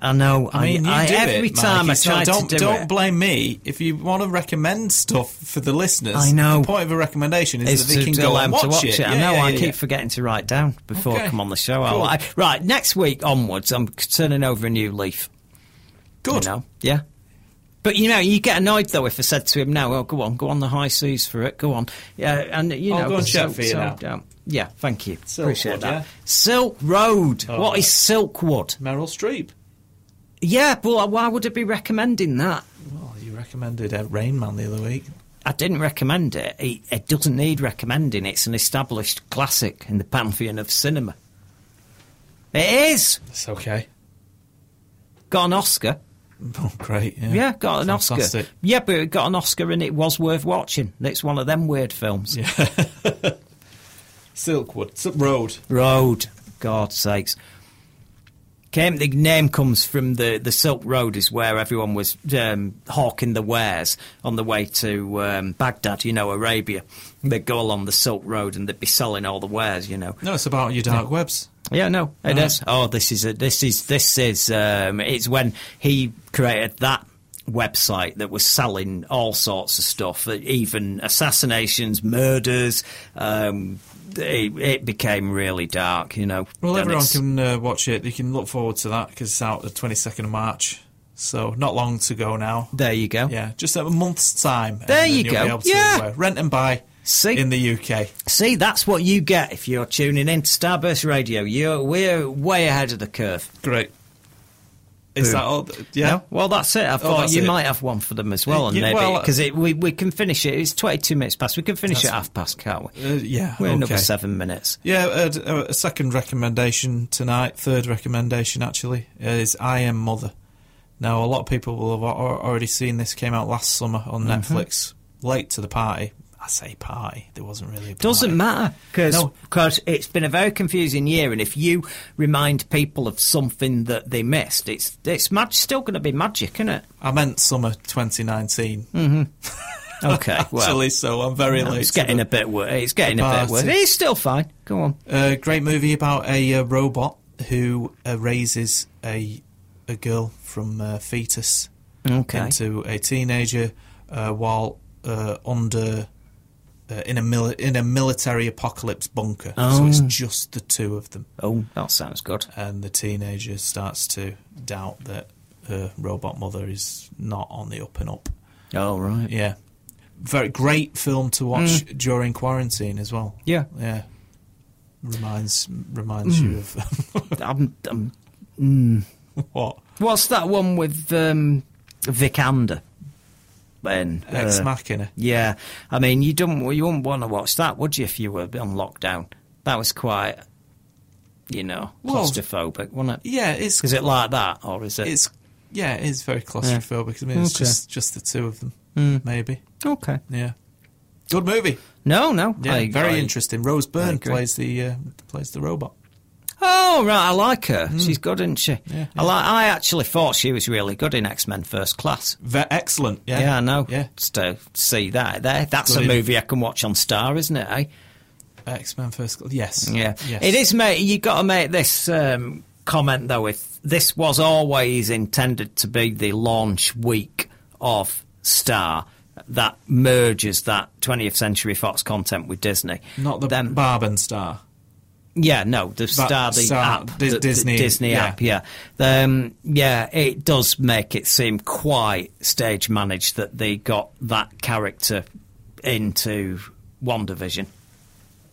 Speaker 4: I know.
Speaker 5: I mean, you
Speaker 4: I,
Speaker 5: do
Speaker 4: every
Speaker 5: it,
Speaker 4: time
Speaker 5: Mike. It's
Speaker 4: I try
Speaker 5: not- don't,
Speaker 4: to do
Speaker 5: don't
Speaker 4: it.
Speaker 5: blame me if you want to recommend stuff for the listeners.
Speaker 4: I know.
Speaker 5: The point of a recommendation is,
Speaker 4: is
Speaker 5: that they
Speaker 4: to
Speaker 5: can go
Speaker 4: allow
Speaker 5: and
Speaker 4: them
Speaker 5: watch,
Speaker 4: to watch it. I
Speaker 5: Yeah,
Speaker 4: know
Speaker 5: yeah,
Speaker 4: I
Speaker 5: yeah,
Speaker 4: keep
Speaker 5: yeah.
Speaker 4: forgetting to write down before
Speaker 5: Okay.
Speaker 4: I come on the show. I'll-
Speaker 5: Cool.
Speaker 4: I- right, next week onwards, I'm turning over a new leaf.
Speaker 5: Good.
Speaker 4: You know, yeah. But you know, you get annoyed though if I said to him, "No, oh, go on, go on the high seas for it, go on." Yeah, and you
Speaker 5: I'll
Speaker 4: know,
Speaker 5: go and
Speaker 4: so-
Speaker 5: check for you
Speaker 4: so,
Speaker 5: now.
Speaker 4: um, yeah, thank you.
Speaker 5: Silkwood,
Speaker 4: Appreciate that.
Speaker 5: yeah?
Speaker 4: Silk Road.
Speaker 5: Oh.
Speaker 4: What is Silkwood?
Speaker 5: Meryl Streep.
Speaker 4: Yeah, but why would I be recommending that?
Speaker 5: Well, Oh, you recommended uh, Rain Man the other week.
Speaker 4: I didn't recommend it. It, it doesn't need recommending. It's an established classic in the pantheon of cinema. It is.
Speaker 5: That's okay.
Speaker 4: Got an Oscar.
Speaker 5: Oh, great. Yeah,
Speaker 4: Yeah, got an
Speaker 5: Fantastic.
Speaker 4: Oscar. Yeah, but it got an Oscar and it was worth watching. It's one of them weird films.
Speaker 5: Silkwood. Silk Road.
Speaker 4: Road. God's sakes. Came, the name comes from the, the Silk Road, is where everyone was um, hawking the wares on the way to um, Baghdad, you know, Arabia. They'd go along the Silk Road and they'd be selling all the wares, you know.
Speaker 5: No, it's about your dark webs.
Speaker 4: Yeah, no, it is.
Speaker 5: Right.
Speaker 4: Oh, this is a, this is this is um, it's when he created that website that was selling all sorts of stuff, uh, even assassinations, murders. Um, it, it became really dark, you know.
Speaker 5: Well,
Speaker 4: and
Speaker 5: everyone
Speaker 4: it's-
Speaker 5: can uh, watch it. You can look forward to that because it's out the 22nd of March. So, not long to go now.
Speaker 4: There you go.
Speaker 5: Yeah, just a month's time. and
Speaker 4: There
Speaker 5: then
Speaker 4: you
Speaker 5: you'll
Speaker 4: go.
Speaker 5: Be able to,
Speaker 4: Yeah.
Speaker 5: uh, rent and buy
Speaker 4: See?
Speaker 5: in the UK.
Speaker 4: See, that's what you get if you're tuning in to Starburst Radio. You're we're way ahead of the curve.
Speaker 5: Great. Is
Speaker 4: Boom.
Speaker 5: that all? Yeah.
Speaker 4: No? Well, that's it. I thought
Speaker 5: that's
Speaker 4: you
Speaker 5: it.
Speaker 4: might have one for them as well, and
Speaker 5: Yeah,
Speaker 4: maybe
Speaker 5: well, uh,
Speaker 4: because we we can finish it. It's twenty two minutes past. We can finish it
Speaker 5: That's-
Speaker 4: half past, can't we?
Speaker 5: Uh, yeah.
Speaker 4: We're
Speaker 5: okay.
Speaker 4: another seven minutes.
Speaker 5: Yeah, uh, d- uh, a second recommendation tonight, third recommendation actually, is I Am Mother. Now, a lot of people will have al- al- already seen this, came out last summer on
Speaker 4: Mm-hmm.
Speaker 5: Netflix, late to the party. I say party, there wasn't really a party.
Speaker 4: Doesn't matter
Speaker 5: No.
Speaker 4: because it's been a very confusing year, and if you remind people of something that they missed, it's it's mag- still going to be magic, isn't it?
Speaker 5: I meant summer 2019,
Speaker 4: Okay, Hmm. well,
Speaker 5: actually, so I'm very late.
Speaker 4: it's
Speaker 5: to
Speaker 4: getting
Speaker 5: the-
Speaker 4: a bit worse. It's getting a bit
Speaker 5: Party.
Speaker 4: worse. It's still fine. Go on.
Speaker 5: A Uh, great movie about a uh, robot who uh, raises a a girl from uh, fetus
Speaker 4: Okay.
Speaker 5: into a teenager uh, while uh, under uh, in a mili- in a military apocalypse bunker. So it's just the two of them,
Speaker 4: Oh, that sounds good.
Speaker 5: and the teenager starts to doubt that her robot mother is not on the up and up.
Speaker 4: All right.
Speaker 5: Yeah, very great film to watch during quarantine as well.
Speaker 4: Mm. Yeah. Mm.
Speaker 5: yeah. Reminds reminds you of
Speaker 4: I'm, I'm,
Speaker 5: what
Speaker 4: what's that one with um, Vikander? Ben uh,
Speaker 5: Ex Machina.
Speaker 4: Yeah, I mean, you don't you wouldn't want to watch that, would you? If you were on lockdown, that was quite, you know,
Speaker 5: Well-
Speaker 4: claustrophobic, wasn't it?
Speaker 5: Yeah, it's
Speaker 4: Is it like that, or is it?
Speaker 5: it's yeah, it is very claustrophobic. I mean, it's
Speaker 4: Okay. Hmm.
Speaker 5: just just the two of them, maybe.
Speaker 4: okay.
Speaker 5: Yeah, good movie.
Speaker 4: No, no.
Speaker 5: Yeah,
Speaker 4: I-
Speaker 5: very
Speaker 4: I-
Speaker 5: interesting. Rose Byrne
Speaker 4: agree.
Speaker 5: plays the uh, plays the robot.
Speaker 4: Oh right, I like her. She's good, isn't she?
Speaker 5: Hmm. Yeah,
Speaker 4: I like. I actually thought she was really good in X Men First Class.
Speaker 5: Ve- excellent. Yeah,
Speaker 4: Yeah, I know.
Speaker 5: Yeah,
Speaker 4: Just to see that there, that's
Speaker 5: Good,
Speaker 4: a
Speaker 5: isn't it?
Speaker 4: movie I can watch on Star, isn't it? Eh?
Speaker 5: X Men First Class. Yes.
Speaker 4: Yeah,
Speaker 5: Yes.
Speaker 4: it is, mate. You got to make this um, comment though. If this was always intended to be the launch week of Star that merges that 20th Century Fox content with Disney.
Speaker 5: Not the
Speaker 4: Then-
Speaker 5: Barb and Star.
Speaker 4: yeah, no, the Star, the
Speaker 5: Star-
Speaker 4: app, the,
Speaker 5: Dis-
Speaker 4: the
Speaker 5: Disney,
Speaker 4: Disney
Speaker 5: yeah.
Speaker 4: app, yeah, um, yeah. It does make it seem quite stage managed that they got that character into One Division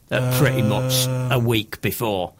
Speaker 4: pretty much
Speaker 5: Uh,
Speaker 4: a week before.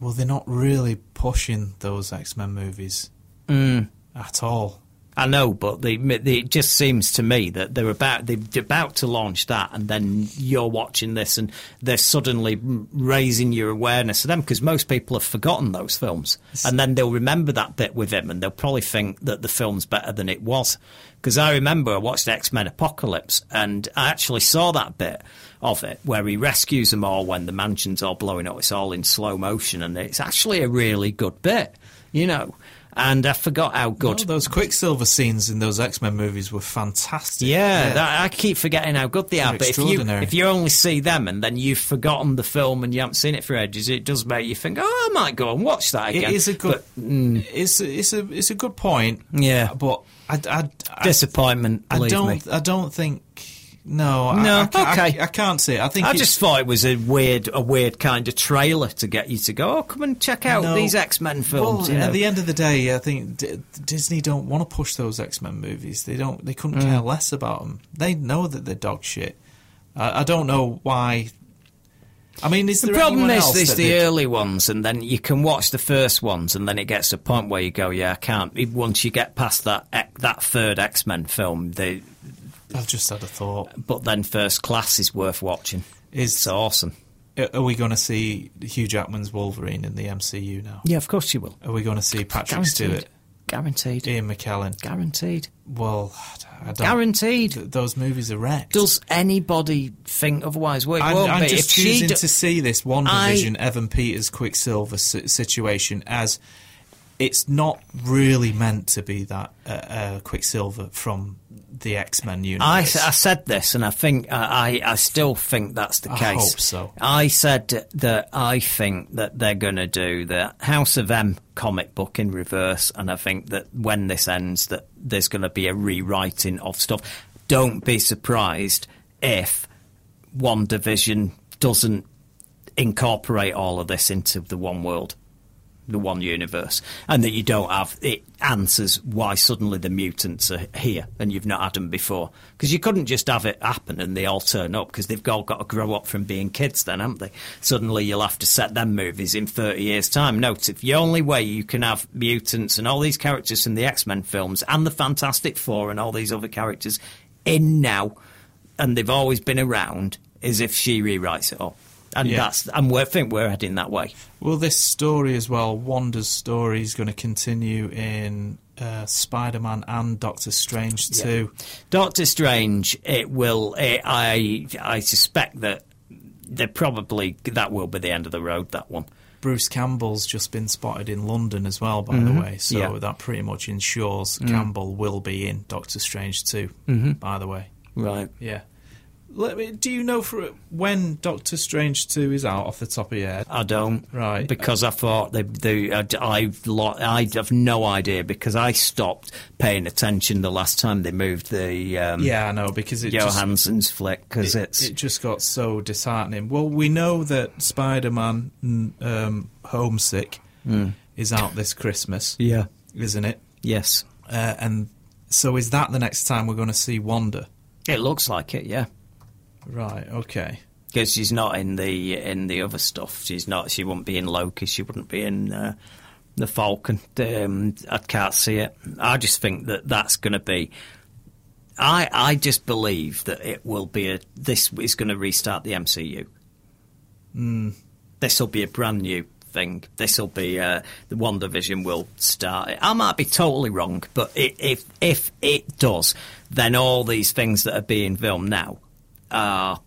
Speaker 5: Well, they're not really pushing those X Men movies
Speaker 4: Hmm.
Speaker 5: at all.
Speaker 4: I know, but they, they, it just seems to me that they're about they're about to launch that, and then you're watching this, and they're suddenly m- raising your awareness of them because most people have forgotten those films, and then they'll remember that bit with him, and they'll probably think that the film's better than it was. Because I remember I watched X Men Apocalypse, and I actually saw that bit of it where he rescues them all when the mansion's all blowing up. It's all in slow motion, and it's actually a really good bit, you know. And I forgot how good
Speaker 5: No, those Quicksilver scenes in those X Men movies were fantastic.
Speaker 4: yeah, That, I keep forgetting how good they are.
Speaker 5: They're
Speaker 4: But if you
Speaker 5: extraordinary.
Speaker 4: if you only see them and then you've forgotten the film and you haven't seen it for ages, it does make you think, oh, I might go and watch that
Speaker 5: it
Speaker 4: again. mm.
Speaker 5: is a good. It's a, it's a it's a good point.
Speaker 4: Yeah.
Speaker 5: but I I,
Speaker 4: But
Speaker 5: I,
Speaker 4: disappointment.
Speaker 5: I
Speaker 4: believe
Speaker 5: don't
Speaker 4: me.
Speaker 5: I don't think no I-
Speaker 4: No,
Speaker 5: I, ca- I,
Speaker 4: okay.
Speaker 5: I, can't see it. I think
Speaker 4: I
Speaker 5: it's-
Speaker 4: just thought it was a weird, a weird kind of trailer to get you to go. Oh, come and check out
Speaker 5: No.
Speaker 4: these X Men films.
Speaker 5: Well,
Speaker 4: you know?
Speaker 5: at the end of the day, I think D- Disney don't want to push those X Men movies. They don't. They
Speaker 4: Mm.
Speaker 5: couldn't care less about them. They know that they're dog shit. I, I don't know why. I mean, is
Speaker 4: the
Speaker 5: there
Speaker 4: problem
Speaker 5: anyone
Speaker 4: is
Speaker 5: else
Speaker 4: there's
Speaker 5: that
Speaker 4: the
Speaker 5: they-
Speaker 4: early ones, and then you can watch the first ones, and then it gets to a point where you go, "Yeah, I can't." Once you get past that ec- that third X Men film, they
Speaker 5: I've just had a thought.
Speaker 4: but then First Class is worth watching.
Speaker 5: Is-
Speaker 4: It's awesome.
Speaker 5: Are- Are we going to see Hugh Jackman's Wolverine in the MCU now?
Speaker 4: Yeah, of course you will.
Speaker 5: Are we going to see Patrick
Speaker 4: Guaranteed.
Speaker 5: Stewart,
Speaker 4: Guaranteed.
Speaker 5: Ian McKellen?
Speaker 4: Guaranteed.
Speaker 5: Well, I don't.
Speaker 4: Guaranteed.
Speaker 5: Th- those movies are wrecked.
Speaker 4: Does anybody think otherwise? Well, it
Speaker 5: I'm,
Speaker 4: won't
Speaker 5: I'm
Speaker 4: be. If
Speaker 5: just
Speaker 4: she
Speaker 5: choosing
Speaker 4: do-
Speaker 5: to see this one division
Speaker 4: I-
Speaker 5: Evan Peters Quicksilver si- situation as it's not really meant to be that uh, uh, Quicksilver from the X Men universe.
Speaker 4: I, s- I said this, and I think uh, I, I I still think that's the
Speaker 5: I
Speaker 4: case.
Speaker 5: hope so.
Speaker 4: I said that I think that they're going to do the House of M comic book in reverse, and I think that when this ends, that there's going to be a rewriting of stuff. Don't be surprised if one division doesn't incorporate all of this into the one world the one universe, and that you don't have it answers why suddenly the mutants are here and you've not had them before. Because you couldn't just have it happen and they all turn up because they've all got to grow up from being kids, then, haven't they? Suddenly you'll have to set them movies in 30 years' time. Note if the only way you can have mutants and all these characters from the X Men films and the Fantastic Four and all these other characters in now, and they've always been around, is if she rewrites it all. And
Speaker 5: Yeah.
Speaker 4: that's, and we're, I think we're heading that way.
Speaker 5: well, this story as well, Wanda's story is going to continue in uh, Spider Man and Doctor Strange too.
Speaker 4: Doctor Strange, it will. It, I I suspect that they're probably that will be the end of the road. That one.
Speaker 5: Bruce Campbell's just been spotted in London as well, by the way. So
Speaker 4: Mm-hmm. Yeah. Mm.
Speaker 5: that pretty much ensures Campbell will be in Doctor Strange too.
Speaker 4: Mm-hmm.
Speaker 5: By the way,
Speaker 4: Right.
Speaker 5: Yeah. Let me, do you know for when Doctor Strange 2 is out off the top of your head?
Speaker 4: I don't.
Speaker 5: Right.
Speaker 4: Because I thought they, they I, I've lo- I have no idea because I stopped paying attention the last time they moved the um,
Speaker 5: Yeah, I know, because it just,
Speaker 4: Johansson's flick because it's
Speaker 5: it just got so disheartening. Well, we know that Spider Man um, Homesick is out this Christmas.
Speaker 4: Yeah.
Speaker 5: Isn't it?
Speaker 4: yes.
Speaker 5: Uh, and so is that the next time we're going to see Wanda?
Speaker 4: It looks like it. Yeah.
Speaker 5: Right, okay.
Speaker 4: Because she's not in the in the other stuff. She's not. She wouldn't be in Loki. She wouldn't be in uh, the Falcon. Um, I can't see it. I just think that that's going to be. I I just believe that it will be a. This is going to restart the MCU.
Speaker 5: Hmm.
Speaker 4: This will be a brand new thing. This will be uh, the One Division will start. it. I might be totally wrong, but i if if it does, then all these things that are being filmed now are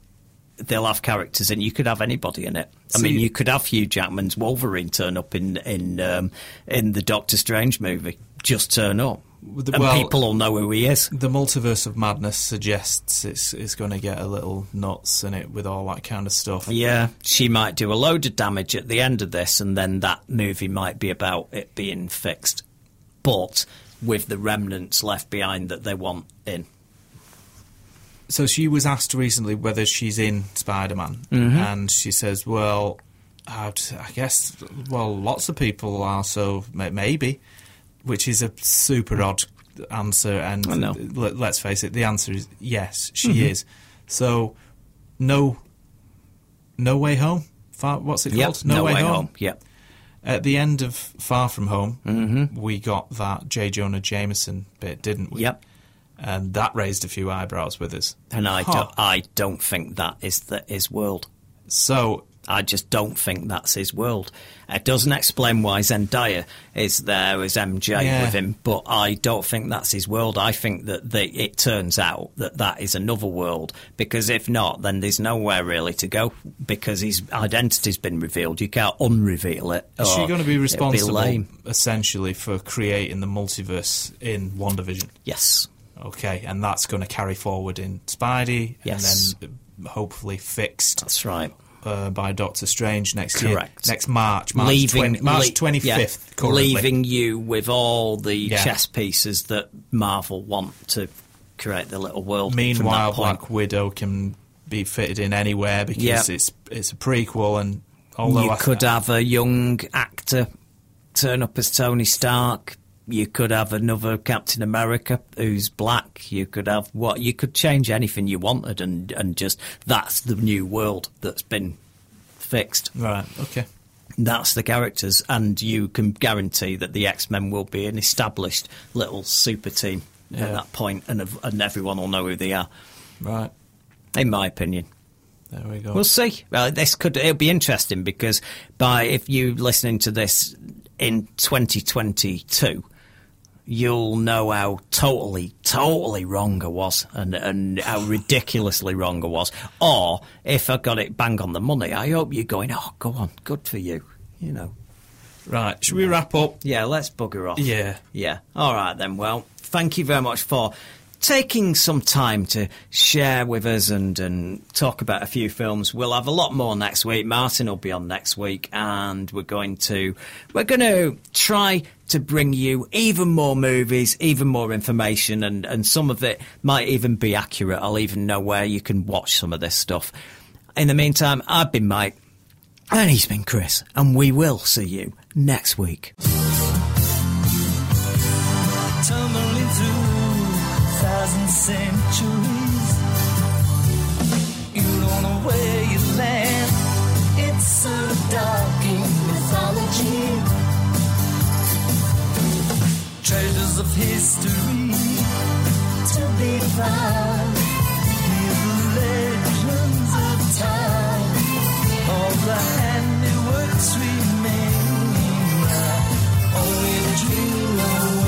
Speaker 4: they'll have characters and you could have anybody in it. I mean,
Speaker 5: See-
Speaker 4: you could have Hugh Jackman's Wolverine turn up in in um, in the Doctor Strange movie, just turn up,
Speaker 5: With the-
Speaker 4: and
Speaker 5: well-
Speaker 4: people will know who he is.
Speaker 5: The multiverse of madness suggests it's it's going to get a little nuts in it with all that kind of stuff.
Speaker 4: Yeah, she might do a load of damage at the end of this, and then that movie might be about it being fixed. But with the remnants left behind that they want in.
Speaker 5: so she was asked recently whether she's in Spider Man,
Speaker 4: Mm-hmm.
Speaker 5: and she says, "Well, I'd, I guess, well, lots of people are, so may- maybe," which is a super odd answer. And
Speaker 4: Mm-hmm. I know. Mm-hmm.
Speaker 5: Let, us face it, the answer is yes, she is. So, no, no way home. Far, what's it called?
Speaker 4: Yep.
Speaker 5: At the end of Far From Home,
Speaker 4: Mm-hmm.
Speaker 5: we got that J. Jonah Jameson bit, didn't we?
Speaker 4: Yep.
Speaker 5: And that raised a few eyebrows with us.
Speaker 4: And I
Speaker 5: Huh.
Speaker 4: don't, I don't think that is the, his world.
Speaker 5: So
Speaker 4: I just don't think that's his world. It doesn't explain why Zendaya is there as MJ
Speaker 5: Yeah.
Speaker 4: with him, but I don't think that's his world. I think that the, it turns out that that is another world because if not, then there's nowhere really to go because his identity's been revealed. You can't unreveal it.
Speaker 5: is she
Speaker 4: or
Speaker 5: going to be
Speaker 4: Oh, it'd
Speaker 5: responsible,
Speaker 4: lame.
Speaker 5: essentially, for creating the multiverse in WandaVision?
Speaker 4: Yes.
Speaker 5: Okay, and that's going to carry forward in Spidey,
Speaker 4: Yes.
Speaker 5: and then uh, hopefully fixed
Speaker 4: That's right.
Speaker 5: uh, by Doctor Strange next
Speaker 4: Correct.
Speaker 5: year, next March, March,
Speaker 4: leaving
Speaker 5: 20, March
Speaker 4: le-
Speaker 5: 25th,
Speaker 4: yeah,
Speaker 5: currently.
Speaker 4: leaving you with all the
Speaker 5: Yeah.
Speaker 4: chess pieces that Marvel want to create the little world. from that
Speaker 5: Meanwhile,
Speaker 4: point.
Speaker 5: Black Widow can be fitted in anywhere because
Speaker 4: Yeah.
Speaker 5: it's it's a prequel, and although
Speaker 4: you
Speaker 5: I,
Speaker 4: could have a young actor turn up as Tony Stark. You could have another Captain America who's black. You could have what you could change anything you wanted, and and just that's the new world that's been fixed.
Speaker 5: right, okay,
Speaker 4: that's the characters, and you can guarantee that the X Men will be an established little super team
Speaker 5: Yeah.
Speaker 4: at that point, and ev- and everyone will know who they are.
Speaker 5: right,
Speaker 4: In my opinion,
Speaker 5: there we go.
Speaker 4: we'll see. Well, this could it'll be interesting because by if you listening to this in 2022, you'll know how totally, totally wrong I was, and and how ridiculously wrong I was. Or if I got it bang on the money, I hope you're going. Oh, go on, good for you. You know.
Speaker 5: right, should we wrap up?
Speaker 4: Yeah, let's bugger off.
Speaker 5: Yeah.
Speaker 4: Yeah. All right then. Well, thank you very much for taking some time to share with us and, and talk about a few films. We'll have a lot more next week. Martin will be on next week and we're going to we're going to try to bring you even more movies, even more information and and some of it might even be accurate. I'll even know where you can watch some of this stuff. In the meantime, I've been Mike and he's been Chris and we will see you next week.
Speaker 10: tumbling through thousand centuries. You don't know where you land. It's so dark in mythology. Treasures of history to be found. Hidden legends of time. All the handiworks remain. Only the dream away.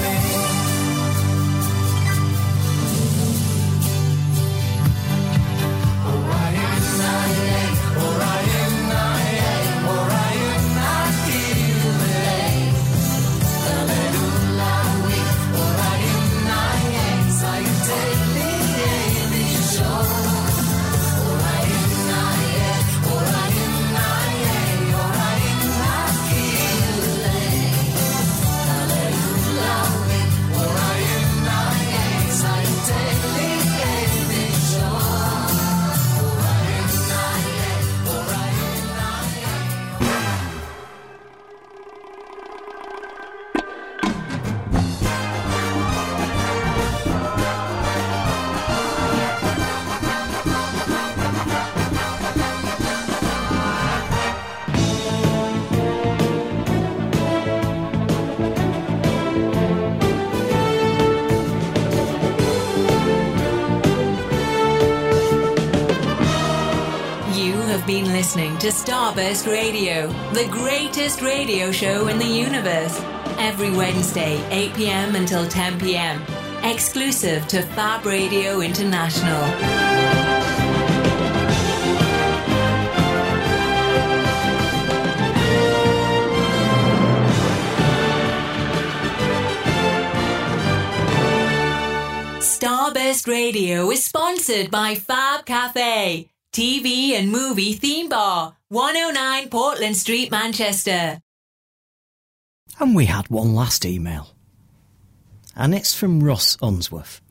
Speaker 3: You have been listening to Starburst Radio, the greatest radio show in the universe. Every Wednesday, 8 p.m. until 10 p.m. Exclusive to Fab Radio International. Starburst Radio is sponsored by Fab Cafe, TV and movie theme bar, 109 Portland Street, Manchester.
Speaker 4: And we had one last email. and it's from Russ Unsworth.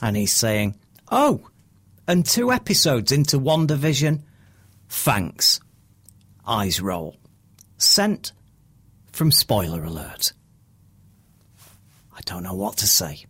Speaker 4: And he's saying, Oh, and two episodes into One Division. Thanks. Eyes roll. Sent from Spoiler Alert. I don't know what to say.